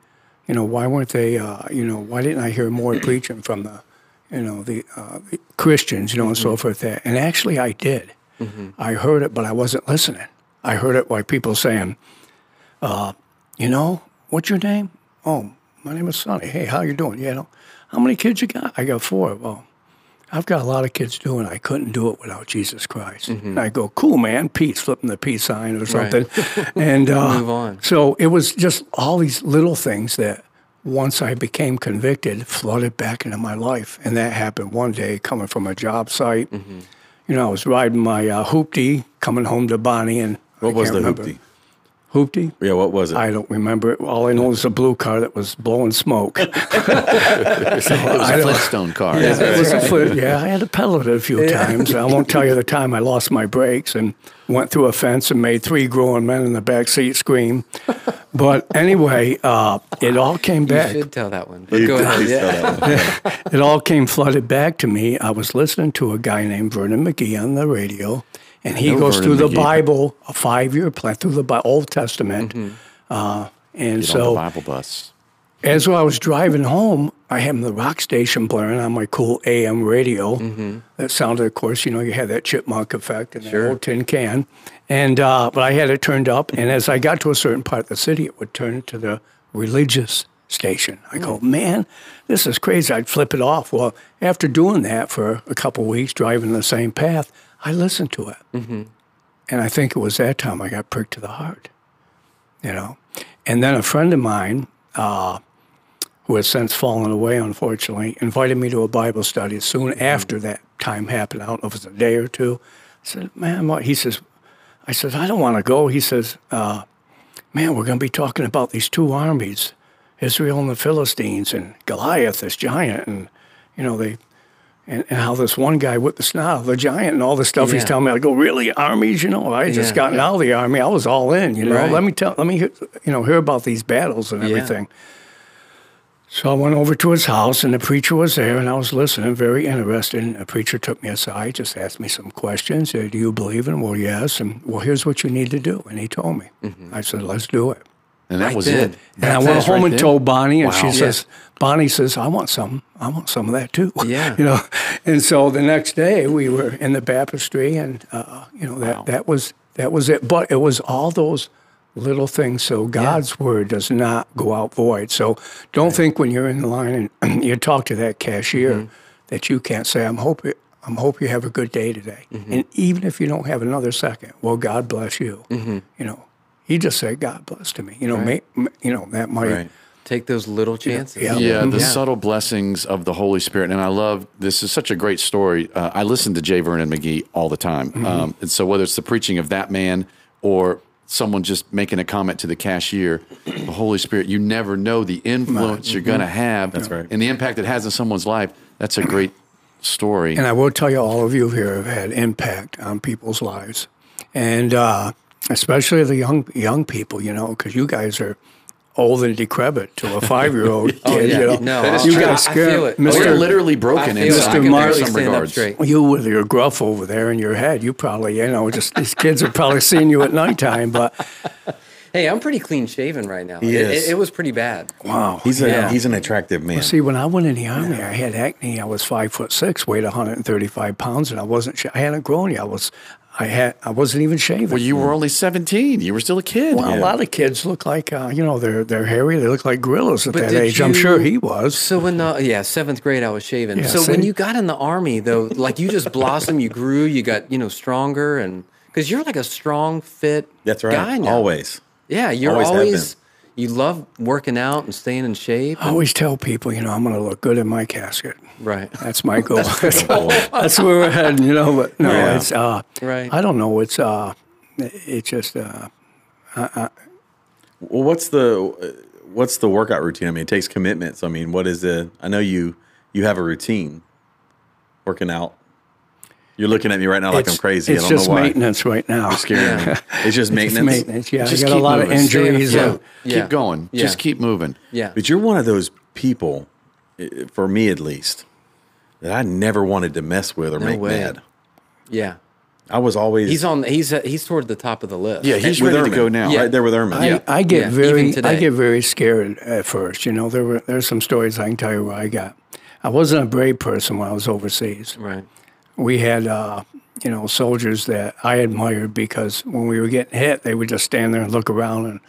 [SPEAKER 4] You know, why weren't they? Uh, you know, why didn't I hear more preaching from the, you know, the, uh, the Christians? You know, and so forth. That and actually, I did. I heard it, but I wasn't listening. I heard it by people saying, you know, what's your name? Oh, my name is Sonny. Hey, how you doing? You know, how many kids you got? I got four. Well, I've got a lot of kids doing. I couldn't do it without Jesus Christ.
[SPEAKER 2] Mm-hmm.
[SPEAKER 4] And I go, cool, man, peace, flipping the peace sign
[SPEAKER 2] [laughs]
[SPEAKER 4] or something, and uh,
[SPEAKER 3] Move on.
[SPEAKER 4] So it was just all these little things that once I became convicted flooded back into my life, and that happened one day coming from a job site.
[SPEAKER 2] Mm-hmm.
[SPEAKER 4] You know, I was riding my uh, hoopty coming home to Bonnie, and
[SPEAKER 2] What
[SPEAKER 4] I
[SPEAKER 2] was
[SPEAKER 4] can't
[SPEAKER 2] the
[SPEAKER 4] remember.
[SPEAKER 2] hoopty?
[SPEAKER 4] Hoopty.
[SPEAKER 2] Yeah, what was it?
[SPEAKER 4] I don't remember it. All I know is a blue car that was
[SPEAKER 1] [laughs]
[SPEAKER 4] blowing smoke.
[SPEAKER 1] It was a Flintstone car.
[SPEAKER 4] It was a flip. Yeah, I had to pedal it a few times. I won't tell you the time I lost my brakes and went through a fence and made three grown men in the back seat scream. But anyway, uh, it all came back.
[SPEAKER 3] should tell that one. But go ahead.
[SPEAKER 2] Please
[SPEAKER 3] Yeah.
[SPEAKER 2] tell that one.
[SPEAKER 4] [laughs] It all came flooded back to me. I was listening to a guy named Vernon McGee on the radio, and he
[SPEAKER 1] know
[SPEAKER 4] goes
[SPEAKER 1] Vernon McGee.
[SPEAKER 4] through
[SPEAKER 1] Mm-hmm.
[SPEAKER 4] the Bible, a five-year plan through the Bi- Old Testament. Uh, and
[SPEAKER 1] Get on
[SPEAKER 4] so
[SPEAKER 1] the Bible bus.
[SPEAKER 4] As I was driving home, I had the rock station blaring on my cool AM radio. That sounded, of course, you know, you had that chipmunk effect and that old tin can. And uh, but I had it turned up, and as I got to a certain part of the city, it would turn to the religious station. I go, man, this is crazy. I'd flip it off. Well, after doing that for a couple weeks, driving the same path, I listened to it, and I think it was that time I got pricked to the heart, you know. And then a friend of mine uh, who has since fallen away, unfortunately, invited me to a Bible study soon
[SPEAKER 3] Mm-hmm.
[SPEAKER 4] after that time happened. I don't know if it was a day or two. I said, man, what? He says, I said, I don't want to go. He says, uh, man, we're going to be talking about these two armies, Israel and the Philistines, and Goliath, this giant, and, you know, they, and, and how this one guy whipped the snout of the giant and all this stuff. He's
[SPEAKER 3] Yeah.
[SPEAKER 4] telling me, I go, really, armies? You know, I had just
[SPEAKER 3] Yeah.
[SPEAKER 4] gotten out of the army. I was all in, you know.
[SPEAKER 3] Right.
[SPEAKER 4] Let me tell, let me, hear, you know, hear about these battles and
[SPEAKER 3] Yeah.
[SPEAKER 4] everything. So I went over to his house, and the preacher was there, and I was listening, very interested. And the preacher took me aside, just asked me some questions. Said, "Do you believe in?" Well, yes. And well, here's what you need to do. And he told me. I said, "Let's do it."
[SPEAKER 1] And Mm-hmm. that
[SPEAKER 3] Right
[SPEAKER 1] was
[SPEAKER 3] then.
[SPEAKER 1] it.
[SPEAKER 4] And I went
[SPEAKER 1] That's
[SPEAKER 4] home
[SPEAKER 1] right
[SPEAKER 4] and
[SPEAKER 1] then.
[SPEAKER 4] told Bonnie, and she
[SPEAKER 1] Wow.
[SPEAKER 4] says, "Bonnie says I want some. I want some of that too." [laughs]
[SPEAKER 3] Yeah.
[SPEAKER 4] you know. And so the next day we were in the baptistry, and uh, you know that that was that was it. But it was all those little things. So God's word does not go out void. So don't think when you're in line and [clears throat] you talk to that cashier that you can't say, "I'm hoping." I'm hope you have a good day today. And even if you don't have another second, well, God bless you. You know, he just said, God bless to me. You know, may, may- you know that might.
[SPEAKER 2] Right.
[SPEAKER 3] Take those little chances.
[SPEAKER 4] Yeah.
[SPEAKER 1] Yeah, the subtle blessings of the Holy Spirit. And I love this is such a great story. Uh, I listen to Jay Vernon McGee all the time.
[SPEAKER 4] Mm-hmm.
[SPEAKER 1] Um, and so whether it's the preaching of that man or someone just making a comment to the cashier, the Holy Spirit, you never know the influence you're
[SPEAKER 4] Mm-hmm.
[SPEAKER 1] going to have That's
[SPEAKER 2] right.
[SPEAKER 1] and the impact it has in someone's life. That's a great story.
[SPEAKER 4] And I will tell you, all of you here have had impact on people's lives, and uh, especially the young young people. You know, because you guys are old and decrepit to a five year old kid.
[SPEAKER 3] yeah.
[SPEAKER 4] You know,
[SPEAKER 3] No, That is
[SPEAKER 4] you
[SPEAKER 3] true.
[SPEAKER 4] guys
[SPEAKER 3] I- I feel it.
[SPEAKER 1] We're
[SPEAKER 3] Mr.
[SPEAKER 4] Mister.
[SPEAKER 1] literally broken
[SPEAKER 3] I
[SPEAKER 1] in
[SPEAKER 3] feel
[SPEAKER 1] some-
[SPEAKER 3] I can
[SPEAKER 1] in
[SPEAKER 4] barely
[SPEAKER 1] some
[SPEAKER 3] stand up
[SPEAKER 1] regards.
[SPEAKER 3] straight.
[SPEAKER 4] You with your gruff over there in your head, you probably, you know, just these kids are probably seeing you at nighttime. But
[SPEAKER 3] Hey, I'm pretty clean shaven right now. It-
[SPEAKER 2] Yes.
[SPEAKER 3] It, it was pretty bad.
[SPEAKER 4] wow,
[SPEAKER 2] He's, a,
[SPEAKER 3] Yeah.
[SPEAKER 2] he's an attractive man.
[SPEAKER 4] See, when I went in the army, I had acne. I was five foot six, weighed 135 pounds, and I wasn't. sure. I hadn't grown yet. I was. I had I wasn't even shaving.
[SPEAKER 1] Well, you were only 17. You were still a kid.
[SPEAKER 4] Well, a lot of kids look like uh, you know they're they're hairy. They look like gorillas at that age. I'm sure he was.
[SPEAKER 3] So when the yeah seventh grade, I was shaving.
[SPEAKER 4] Yeah,
[SPEAKER 3] so when
[SPEAKER 4] see?
[SPEAKER 3] you got in the army, though, like you just blossomed, you grew, you got you know stronger, and because you're like a strong, fit
[SPEAKER 2] That's right.
[SPEAKER 3] guy now.
[SPEAKER 2] Always.
[SPEAKER 3] yeah, you're
[SPEAKER 2] always
[SPEAKER 3] always,
[SPEAKER 2] have been.
[SPEAKER 3] you love working out and staying in shape,
[SPEAKER 4] I always tell people, you know, I'm going to look good in my casket.
[SPEAKER 3] right?
[SPEAKER 4] That's my goal. [laughs]
[SPEAKER 3] [laughs]
[SPEAKER 4] That's, where we're heading, you know. But no,
[SPEAKER 2] Yeah.
[SPEAKER 4] it's uh,
[SPEAKER 3] Right.
[SPEAKER 4] I don't know. It's uh, it's just uh,
[SPEAKER 2] Well, what's the what's the workout routine? I mean, it takes commitments. I mean, what is the? I know you you have a routine working out. You're looking at me right now like
[SPEAKER 4] it's,
[SPEAKER 2] I'm crazy.
[SPEAKER 4] It's
[SPEAKER 2] I don't
[SPEAKER 4] just
[SPEAKER 2] know why.
[SPEAKER 4] maintenance right now.
[SPEAKER 2] Scaring me. [laughs] It's just
[SPEAKER 4] It's
[SPEAKER 2] maintenance.
[SPEAKER 4] maintenance. Yeah,
[SPEAKER 1] Just
[SPEAKER 4] I got a
[SPEAKER 1] keep
[SPEAKER 4] lot
[SPEAKER 1] moving.
[SPEAKER 4] of
[SPEAKER 1] Stay
[SPEAKER 4] injuries.
[SPEAKER 3] Yeah.
[SPEAKER 4] uh,
[SPEAKER 1] Keep going. Just
[SPEAKER 3] Yeah.
[SPEAKER 1] keep moving.
[SPEAKER 3] Yeah,
[SPEAKER 2] But you're one of those people, eh, for me at least, that I never wanted to mess with or make
[SPEAKER 3] way.
[SPEAKER 2] mad.
[SPEAKER 3] yeah.
[SPEAKER 2] I was always
[SPEAKER 3] He's on. He's he's toward the top of the list.
[SPEAKER 1] Yeah, he's
[SPEAKER 2] with
[SPEAKER 1] ready to
[SPEAKER 2] Ehrman,
[SPEAKER 1] go now.
[SPEAKER 3] Yeah.
[SPEAKER 2] Right there with Ermin.
[SPEAKER 4] I,
[SPEAKER 3] Yeah.
[SPEAKER 4] I get
[SPEAKER 3] Yeah, even
[SPEAKER 4] very I
[SPEAKER 3] today.
[SPEAKER 4] get very scared at first. You know, there were there's some stories I can tell you where I got. I wasn't a brave person when I was overseas.
[SPEAKER 3] right.
[SPEAKER 4] We had uh, you know soldiers that I admired because when we were getting hit, they would just stand there and look around and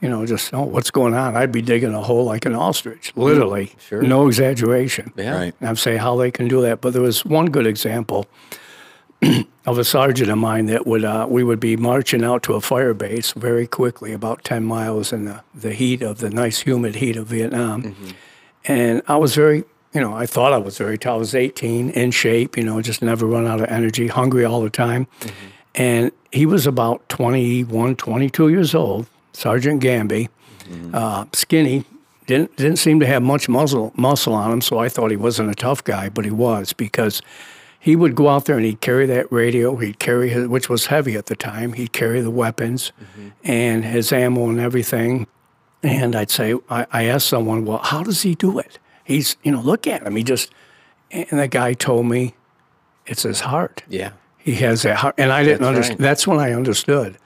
[SPEAKER 4] you know just oh what's going on? I'd be digging a hole like an ostrich, literally,
[SPEAKER 3] Sure.
[SPEAKER 4] no exaggeration.
[SPEAKER 3] Yeah.
[SPEAKER 2] Right.
[SPEAKER 4] And I'm saying how they can do that. But there was one good example [clears throat] of a sergeant of mine that would uh, we would be marching out to a fire base very quickly, about ten miles in the, the heat of the nice humid heat of Vietnam. And I was very you know, I thought I was very tall. I was 18, in shape, you know, just never run out of energy, hungry all the time. And he was about 21, 22 years old, Sergeant Gamby uh, skinny. Didn't didn't seem to have much muscle muscle on him, so I thought he wasn't a tough guy, but he was because he would go out there and he'd carry that radio, he'd carry his, which was heavy at the time. He'd carry the weapons
[SPEAKER 3] Mm-hmm.
[SPEAKER 4] and his ammo and everything. And I'd say, I, I asked someone, well, how does he do it? He's, you know, look at him. He just, and the guy told me, it's his heart.
[SPEAKER 3] Yeah.
[SPEAKER 4] He has that heart. And I didn't
[SPEAKER 3] That's
[SPEAKER 4] understand.
[SPEAKER 3] right.
[SPEAKER 4] That's when I understood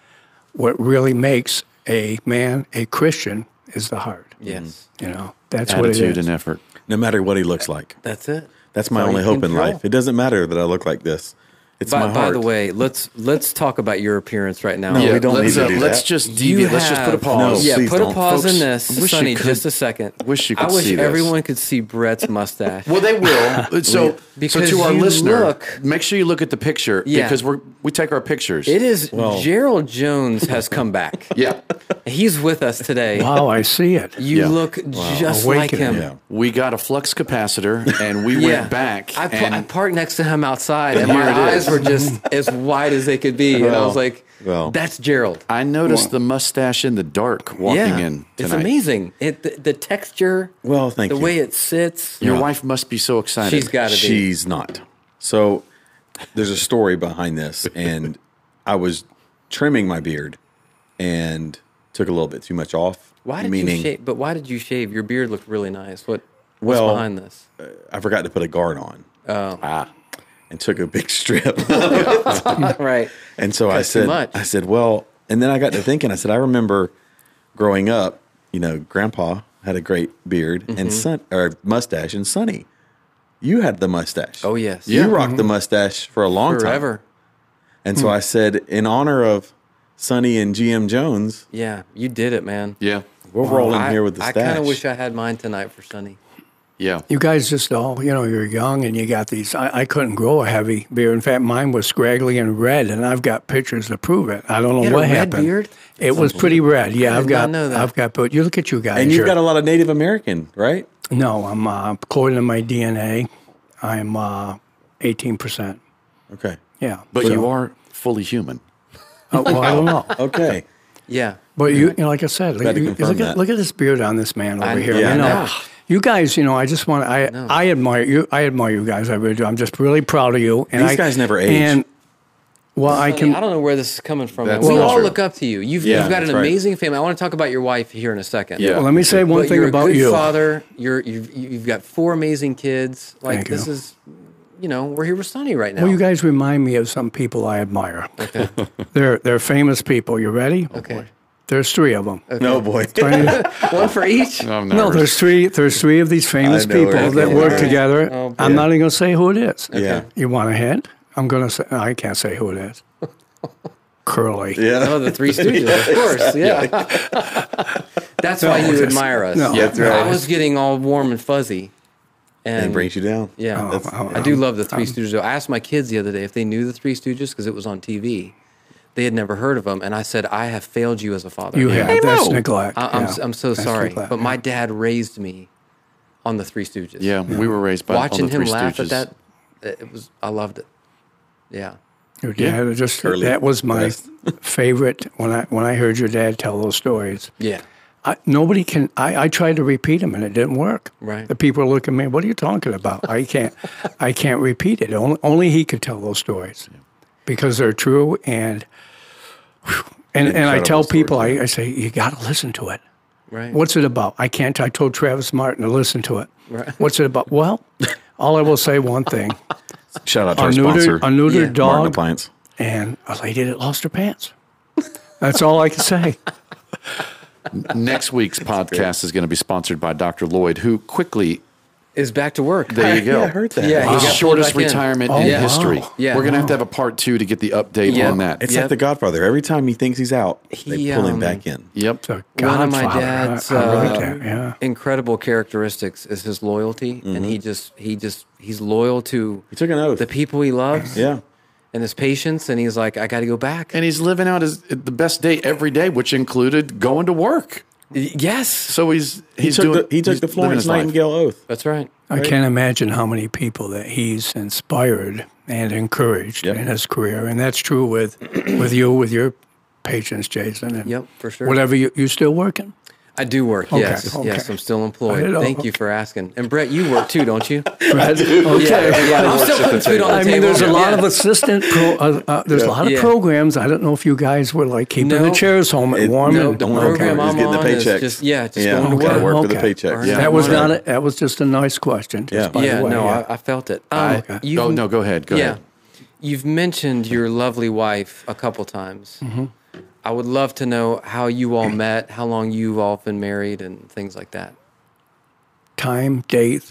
[SPEAKER 4] what really makes a man a Christian is the heart.
[SPEAKER 3] Yes.
[SPEAKER 2] Mm-hmm.
[SPEAKER 4] You know, that's what
[SPEAKER 1] Attitude
[SPEAKER 4] it is.
[SPEAKER 1] and effort.
[SPEAKER 2] No matter what he looks like.
[SPEAKER 3] That's it.
[SPEAKER 2] That's my
[SPEAKER 3] all
[SPEAKER 2] only
[SPEAKER 3] you
[SPEAKER 2] hope
[SPEAKER 3] can
[SPEAKER 2] in
[SPEAKER 3] draw.
[SPEAKER 2] life. It doesn't matter that I look like this. It's my
[SPEAKER 3] By,
[SPEAKER 2] heart.
[SPEAKER 3] by the way, let's let's talk about your appearance right now.
[SPEAKER 2] Yeah, we don't
[SPEAKER 1] let's, uh,
[SPEAKER 2] need to do
[SPEAKER 1] let's
[SPEAKER 2] that.
[SPEAKER 1] just
[SPEAKER 3] You
[SPEAKER 1] deviate. let's just put a
[SPEAKER 3] have-
[SPEAKER 1] pause.
[SPEAKER 2] No,
[SPEAKER 3] yeah,
[SPEAKER 2] please
[SPEAKER 3] put
[SPEAKER 2] don't.
[SPEAKER 3] a pause
[SPEAKER 1] Folks,
[SPEAKER 3] in this,
[SPEAKER 1] I wish you
[SPEAKER 3] Sonny,
[SPEAKER 1] could-
[SPEAKER 3] just a second.
[SPEAKER 1] wish you
[SPEAKER 3] I
[SPEAKER 1] could
[SPEAKER 3] wish
[SPEAKER 1] see this.
[SPEAKER 3] everyone could see Brett's mustache.
[SPEAKER 1] Well, they
[SPEAKER 2] [laughs]
[SPEAKER 1] will. so, so
[SPEAKER 3] Because
[SPEAKER 1] to our
[SPEAKER 3] you
[SPEAKER 1] listener,
[SPEAKER 3] look-
[SPEAKER 1] make sure you look at the picture
[SPEAKER 3] Yeah.
[SPEAKER 1] because we're we take our pictures.
[SPEAKER 3] it is Gerald Jones has come back.
[SPEAKER 1] [laughs] yeah,
[SPEAKER 3] He's with us today. [laughs]
[SPEAKER 4] Wow, I see it.
[SPEAKER 3] You
[SPEAKER 1] Yeah.
[SPEAKER 3] look just like
[SPEAKER 4] Awakening.
[SPEAKER 3] him.
[SPEAKER 2] yeah.
[SPEAKER 1] we got a flux capacitor and
[SPEAKER 3] [laughs]
[SPEAKER 1] we
[SPEAKER 3] Yeah.
[SPEAKER 1] went back.
[SPEAKER 3] I, pa-
[SPEAKER 1] and
[SPEAKER 3] I parked next to him outside, and
[SPEAKER 1] Here
[SPEAKER 3] my
[SPEAKER 1] it
[SPEAKER 3] eyes
[SPEAKER 1] is. [laughs]
[SPEAKER 3] were just as wide as they could be. and I
[SPEAKER 1] Well,
[SPEAKER 3] was like,
[SPEAKER 2] well.
[SPEAKER 3] "That's Gerald."
[SPEAKER 1] I noticed the mustache in the dark walking
[SPEAKER 3] yeah,
[SPEAKER 1] in tonight.
[SPEAKER 3] it's amazing. It the, the texture.
[SPEAKER 2] Well, thank
[SPEAKER 3] the
[SPEAKER 2] you.
[SPEAKER 3] way it sits.
[SPEAKER 1] Your wife must be so excited.
[SPEAKER 3] She's got to be.
[SPEAKER 2] She's not. So there's a story behind
[SPEAKER 1] [laughs]
[SPEAKER 2] this, and I was trimming my beard and took a little bit too much off.
[SPEAKER 3] Why did
[SPEAKER 2] meaning
[SPEAKER 3] you shave? But why did you shave? Your beard looked really nice. What? What's
[SPEAKER 2] Well-
[SPEAKER 3] behind this?
[SPEAKER 2] I forgot to put a guard on
[SPEAKER 3] Oh.
[SPEAKER 1] Ah,
[SPEAKER 2] and took a big [laughs] strip.
[SPEAKER 3] right.
[SPEAKER 2] And so I
[SPEAKER 3] That's too
[SPEAKER 2] said,
[SPEAKER 3] much.
[SPEAKER 2] I said, well, and then I got to thinking, I said, I remember growing up, you know, grandpa had a great beard
[SPEAKER 3] Mm-hmm.
[SPEAKER 2] and son or mustache and Sonny, you had the mustache.
[SPEAKER 3] Oh yes.
[SPEAKER 2] You rocked the mustache for a long time.
[SPEAKER 3] Forever. Hmm.
[SPEAKER 2] And so I said, in honor of Sonny and GM Jones,
[SPEAKER 3] Yeah. You did it, man.
[SPEAKER 1] yeah,
[SPEAKER 2] we're rolling here with the
[SPEAKER 3] I,
[SPEAKER 2] stash.
[SPEAKER 3] I kind of wish I had mine tonight for Sunny.
[SPEAKER 1] yeah.
[SPEAKER 4] You guys just all, you know, you're young and you got these. I, I couldn't grow a heavy beard. In fact, mine was scraggly and red, and I've got pictures to prove it. I don't know
[SPEAKER 3] had a
[SPEAKER 4] what
[SPEAKER 3] red
[SPEAKER 4] happened.
[SPEAKER 3] beard?
[SPEAKER 4] It was pretty red. Yeah, I've
[SPEAKER 3] did not
[SPEAKER 4] got.
[SPEAKER 3] know that.
[SPEAKER 4] I've got. But you look at you guys.
[SPEAKER 2] and you've
[SPEAKER 4] you're-
[SPEAKER 2] got a lot of Native American, right?
[SPEAKER 4] [laughs] No, I'm uh, according to my DNA, I'm uh, 18%.
[SPEAKER 2] Okay.
[SPEAKER 4] Yeah,
[SPEAKER 1] But
[SPEAKER 4] so-
[SPEAKER 1] you are fully human.
[SPEAKER 4] Oh, well, I
[SPEAKER 3] [laughs]
[SPEAKER 4] don't know.
[SPEAKER 2] Okay.
[SPEAKER 3] Yeah.
[SPEAKER 4] But you, you know, like I said, look,
[SPEAKER 2] to
[SPEAKER 4] you-
[SPEAKER 2] confirm
[SPEAKER 4] look
[SPEAKER 2] that.
[SPEAKER 4] at look at this beard on this man
[SPEAKER 3] I-
[SPEAKER 4] over here.
[SPEAKER 2] yeah, I
[SPEAKER 4] you know,
[SPEAKER 3] know.
[SPEAKER 4] you guys, you know, I just want to. I I admire you. I admire you guys. I really do. I'm just really proud of you. And
[SPEAKER 2] These
[SPEAKER 4] I-
[SPEAKER 2] guys never age.
[SPEAKER 4] And well, I
[SPEAKER 3] Sonny, I
[SPEAKER 4] can.
[SPEAKER 3] don't know where this is coming from. man.
[SPEAKER 1] That's
[SPEAKER 3] we
[SPEAKER 1] not
[SPEAKER 3] all
[SPEAKER 1] true.
[SPEAKER 3] look up to you. You've,
[SPEAKER 2] Yeah,
[SPEAKER 3] you've got an
[SPEAKER 2] that's right.
[SPEAKER 3] amazing family. I want to talk about your wife here in a second.
[SPEAKER 1] Yeah.
[SPEAKER 4] Well, let me say one
[SPEAKER 3] but
[SPEAKER 4] thing
[SPEAKER 3] you're a
[SPEAKER 4] about
[SPEAKER 3] good
[SPEAKER 4] you.
[SPEAKER 3] father. You're you've you've got four amazing kids. Like
[SPEAKER 4] Thank
[SPEAKER 3] this
[SPEAKER 4] you.
[SPEAKER 3] is, you know, we're here with Sonny right now.
[SPEAKER 4] Well, you guys remind me of some people I admire.
[SPEAKER 3] Okay.
[SPEAKER 4] [laughs] they're they're famous people. You ready?
[SPEAKER 3] [laughs] Okay.
[SPEAKER 4] There's three of them.
[SPEAKER 2] No, boy.
[SPEAKER 3] One for each.
[SPEAKER 1] I'm
[SPEAKER 4] No,
[SPEAKER 1] nervous.
[SPEAKER 4] there's three. There's three of these famous
[SPEAKER 2] I know
[SPEAKER 4] people
[SPEAKER 2] where it's
[SPEAKER 4] that
[SPEAKER 2] going.
[SPEAKER 4] work
[SPEAKER 2] Alright.
[SPEAKER 4] together.
[SPEAKER 3] Oh, boy.
[SPEAKER 4] I'm not even gonna say who it is.
[SPEAKER 2] [laughs] Yeah.
[SPEAKER 3] [laughs]
[SPEAKER 4] You want a hint? I'm gonna say I can't say who it is. Curly.
[SPEAKER 2] [laughs] Yeah.
[SPEAKER 3] Oh, the Three Stooges, of course. Yeah. That's why you
[SPEAKER 4] it's-
[SPEAKER 3] admire us.
[SPEAKER 4] no.
[SPEAKER 1] Yeah, that's
[SPEAKER 3] I
[SPEAKER 1] right.
[SPEAKER 3] was getting all warm and fuzzy. And,
[SPEAKER 2] And brings you down.
[SPEAKER 3] Yeah.
[SPEAKER 4] Oh, oh,
[SPEAKER 3] I do
[SPEAKER 4] oh.
[SPEAKER 3] love the Three Stooges. though. I asked my kids the other day if they knew the Three Stooges because it was on TV. They had never heard of them. And I said, I have failed you as a father.
[SPEAKER 4] You have. That's
[SPEAKER 2] know.
[SPEAKER 4] neglect.
[SPEAKER 3] I, I'm,
[SPEAKER 4] yeah.
[SPEAKER 3] s- I'm so
[SPEAKER 4] That's
[SPEAKER 3] sorry.
[SPEAKER 4] neglect,
[SPEAKER 3] But
[SPEAKER 4] yeah.
[SPEAKER 3] my dad raised me on the Three Stooges.
[SPEAKER 1] Yeah, we were raised by all
[SPEAKER 3] Watching
[SPEAKER 1] the
[SPEAKER 3] him
[SPEAKER 1] Three
[SPEAKER 3] laugh
[SPEAKER 1] Stooges.
[SPEAKER 3] at that, it it was, I loved it. Yeah.
[SPEAKER 4] Your dad was just
[SPEAKER 2] Curly.
[SPEAKER 4] that was
[SPEAKER 3] [laughs]
[SPEAKER 4] my
[SPEAKER 2] Yes.
[SPEAKER 4] favorite when I when I heard your dad tell those stories.
[SPEAKER 3] Yeah.
[SPEAKER 4] I, nobody can. I, I tried to repeat them and it didn't work.
[SPEAKER 3] Right.
[SPEAKER 4] The people look at me. What are you talking about?
[SPEAKER 3] [laughs]
[SPEAKER 4] I can't. I can't repeat it. Only, only he could tell those stories because they're true and. whew, And, and I
[SPEAKER 2] Incredible
[SPEAKER 4] tell people,
[SPEAKER 2] stories,
[SPEAKER 4] I, I say, you got to listen to it.
[SPEAKER 3] Right.
[SPEAKER 4] What's it about? I can't. I told Travis Martin to listen to it. What's it about? Well, all I will say one thing:
[SPEAKER 2] Shout out to [laughs]
[SPEAKER 4] a
[SPEAKER 2] our sponsor,
[SPEAKER 4] neutered, a neutered
[SPEAKER 3] Yeah.
[SPEAKER 2] Martin
[SPEAKER 4] dog
[SPEAKER 2] Appliance.
[SPEAKER 4] and a lady that lost her pants. That's all I
[SPEAKER 3] [laughs]
[SPEAKER 4] can say.
[SPEAKER 1] Next week's podcast is going to be sponsored by Dr. Lloyd, who quickly,
[SPEAKER 3] Is back to work.
[SPEAKER 1] there you go.
[SPEAKER 2] that.
[SPEAKER 3] Yeah, he
[SPEAKER 1] The
[SPEAKER 3] got pulled
[SPEAKER 1] shortest
[SPEAKER 3] back in.
[SPEAKER 1] retirement
[SPEAKER 4] Oh,
[SPEAKER 1] in
[SPEAKER 4] wow.
[SPEAKER 1] history.
[SPEAKER 3] Yeah.
[SPEAKER 1] We're going to have to have a part two to get the update
[SPEAKER 3] Yeah.
[SPEAKER 1] on that.
[SPEAKER 2] It's
[SPEAKER 3] Yep.
[SPEAKER 2] like the Godfather. Every time he thinks he's out, they
[SPEAKER 3] He,
[SPEAKER 2] pull
[SPEAKER 3] um,
[SPEAKER 2] him back in.
[SPEAKER 1] Yep.
[SPEAKER 4] So
[SPEAKER 3] One of my
[SPEAKER 4] Godfather, I-
[SPEAKER 3] dad's
[SPEAKER 4] I wrote
[SPEAKER 3] uh,
[SPEAKER 4] that, yeah.
[SPEAKER 3] [laughs] incredible characteristics is his loyalty, and he just he just he's loyal to
[SPEAKER 2] He took an oath.
[SPEAKER 3] the people he loves,
[SPEAKER 2] yeah.
[SPEAKER 3] and his patience, and he's like, I got to go back.
[SPEAKER 1] And he's living out his the best day every day, which included going to work.
[SPEAKER 3] Y- yes,
[SPEAKER 1] So he's
[SPEAKER 2] He
[SPEAKER 1] he's
[SPEAKER 2] took,
[SPEAKER 1] doing
[SPEAKER 2] the, he took
[SPEAKER 1] he's
[SPEAKER 2] the
[SPEAKER 1] living
[SPEAKER 2] Florence
[SPEAKER 1] his life.
[SPEAKER 2] Nightingale oath.
[SPEAKER 3] that's right.
[SPEAKER 4] I can't imagine how many people that he's inspired and encouraged
[SPEAKER 2] Yep.
[SPEAKER 4] in his career, and that's true
[SPEAKER 3] [clears throat]
[SPEAKER 4] with with you, with your patients, Jason. And
[SPEAKER 3] Yep, for sure.
[SPEAKER 4] Whatever you you
[SPEAKER 2] [laughs]
[SPEAKER 4] still working?
[SPEAKER 3] I do work.
[SPEAKER 4] Okay,
[SPEAKER 3] Yes,
[SPEAKER 4] okay.
[SPEAKER 3] yes, I'm still
[SPEAKER 4] I
[SPEAKER 3] employed.
[SPEAKER 4] know,
[SPEAKER 3] Thank you for asking. And Brett, you work too, don't
[SPEAKER 4] [laughs]
[SPEAKER 3] you?
[SPEAKER 4] I do. Okay.
[SPEAKER 3] I'm still putting food on the
[SPEAKER 4] I
[SPEAKER 3] table.
[SPEAKER 4] mean, there's a lot
[SPEAKER 3] Yeah.
[SPEAKER 4] of assistant. Pro, uh, uh, there's a lot of
[SPEAKER 3] Yeah.
[SPEAKER 4] programs. I don't know if you guys were like keeping
[SPEAKER 3] No.
[SPEAKER 4] the chairs home and
[SPEAKER 2] It-
[SPEAKER 4] warm.
[SPEAKER 2] no,
[SPEAKER 4] and,
[SPEAKER 3] the
[SPEAKER 2] Don't worry about it.
[SPEAKER 3] program
[SPEAKER 2] Just
[SPEAKER 3] I'm
[SPEAKER 2] getting the
[SPEAKER 3] on is
[SPEAKER 2] paycheck.
[SPEAKER 3] just yeah, just
[SPEAKER 2] Yeah.
[SPEAKER 3] going to
[SPEAKER 2] Okay.
[SPEAKER 3] work.
[SPEAKER 2] Gotta work for the paycheck.
[SPEAKER 3] Earn
[SPEAKER 2] Yeah.
[SPEAKER 4] That was
[SPEAKER 3] money.
[SPEAKER 4] not. A, that was just a nice question.
[SPEAKER 2] Yeah.
[SPEAKER 4] Just by
[SPEAKER 3] yeah,
[SPEAKER 4] the way,
[SPEAKER 3] no, I, I felt it. Um,
[SPEAKER 1] I-
[SPEAKER 3] you've-
[SPEAKER 1] oh, no, go ahead, go
[SPEAKER 3] yeah,
[SPEAKER 1] ahead.
[SPEAKER 3] you've mentioned your lovely wife a couple times.
[SPEAKER 4] Mm-hmm.
[SPEAKER 3] I would love to know how you all met, how long you've all been married, and things like that.
[SPEAKER 4] time, date,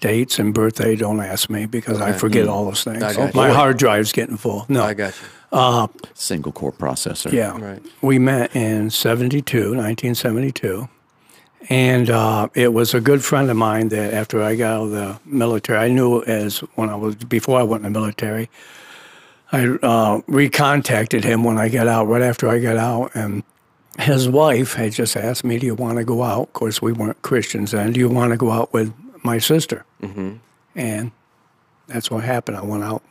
[SPEAKER 4] dates, and birthday. Don't ask me because I
[SPEAKER 3] Okay. Mm.
[SPEAKER 4] forget all those things.
[SPEAKER 3] I got
[SPEAKER 4] My
[SPEAKER 3] you.
[SPEAKER 4] hard drive's getting full. No,
[SPEAKER 3] I got you.
[SPEAKER 1] Single core processor.
[SPEAKER 4] yeah.
[SPEAKER 3] Right.
[SPEAKER 4] We met in 72, 1972. And uh, it was a good friend of mine that after I got out of the military, I knew as when I was, before I went in the military, I uh, recontacted him when I got out, right after I got out. And his wife had just asked me, Do you want to go out? Of course, we weren't Christians then. Do you want to go out with my sister? Mm-hmm. And that's what happened. I went out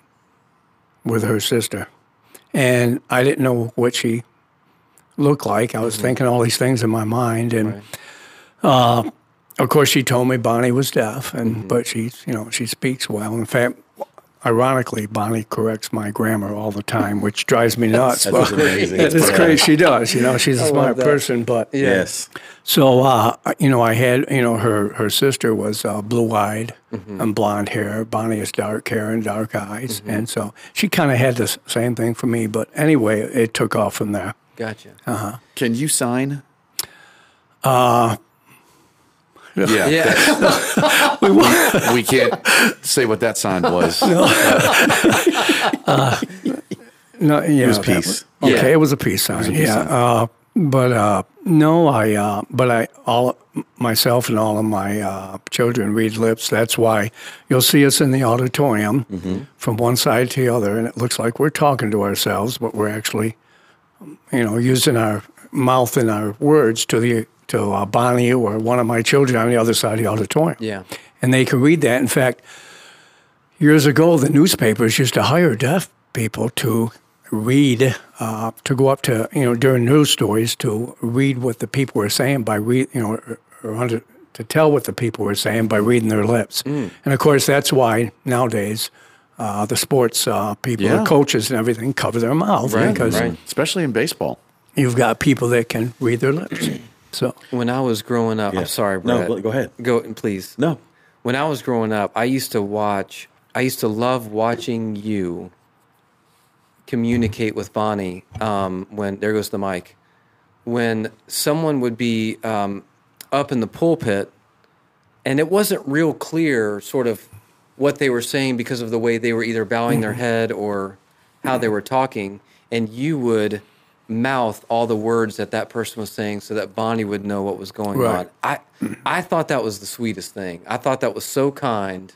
[SPEAKER 4] with her sister. And I didn't know what she looked like. I was
[SPEAKER 2] Mm-hmm.
[SPEAKER 4] thinking all these things in my mind. And uh, of course, she told me Bonnie was deaf, and
[SPEAKER 2] Mm-hmm.
[SPEAKER 4] but she's, you know, she speaks well. In fact, ironically, Bonnie corrects my grammar all the time, which drives
[SPEAKER 2] [laughs]
[SPEAKER 4] me nuts.
[SPEAKER 2] That's
[SPEAKER 4] but-
[SPEAKER 2] amazing.
[SPEAKER 4] [laughs] it's crazy. She does. You know, she's a smart
[SPEAKER 3] that.
[SPEAKER 4] person. But
[SPEAKER 2] Yes.
[SPEAKER 4] so, uh, you know, I had, you know, her, her sister was uh, blue eyed and blonde hair. Bonnie is dark hair and dark eyes. And so she kind of had the s- same thing for me. But anyway, it took off from there.
[SPEAKER 3] Gotcha.
[SPEAKER 1] Can you sign?
[SPEAKER 2] Uh,
[SPEAKER 3] Yeah.
[SPEAKER 1] we can't say what that sign
[SPEAKER 2] [laughs]
[SPEAKER 1] was.
[SPEAKER 4] No, yeah, it
[SPEAKER 2] was peace.
[SPEAKER 4] Okay,
[SPEAKER 3] Yeah.
[SPEAKER 4] it was a peace sign. yeah, Uh, but uh, no, I uh, but I all myself and all of my uh, children read lips. That's why you'll see us in the auditorium from one side to the other, and it looks like we're talking to ourselves, but we're actually, you know, using our mouth and our words to the to uh, Bonnie or one of my children on the other side of the auditorium
[SPEAKER 3] Yeah.
[SPEAKER 4] and they can read that. In fact, years ago, the newspapers used to hire deaf people to read, uh, to go up to you know during news stories to read what the people were saying by read you know or, or under, to tell what the people were saying by reading their lips.
[SPEAKER 3] Hmm.
[SPEAKER 4] And of course, that's why nowadays. Uh, the sports uh, people,
[SPEAKER 1] Yeah.
[SPEAKER 4] the coaches, and everything cover their mouth
[SPEAKER 3] Right,
[SPEAKER 4] because
[SPEAKER 3] right.
[SPEAKER 1] Especially in baseball.
[SPEAKER 4] you've got people that can read their
[SPEAKER 3] [clears throat]
[SPEAKER 4] lips. So
[SPEAKER 3] [laughs] When I was growing up,
[SPEAKER 2] Yeah.
[SPEAKER 3] I'm sorry,
[SPEAKER 2] No,
[SPEAKER 3] Brett.
[SPEAKER 2] go ahead.
[SPEAKER 3] Go and please.
[SPEAKER 2] No.
[SPEAKER 3] When I was growing up, I used to watch. I used to love watching you communicate with Bonnie. Um, when there goes the mic, when someone would be um, up in the pulpit, and it wasn't real clear, sort of what they were saying because of the way they were either bowing their head or how they were talking, and you would mouth all the words that that person was saying so that Bonnie would know what was going on.
[SPEAKER 4] Right.
[SPEAKER 3] I I thought that was the sweetest thing. I thought that was so kind.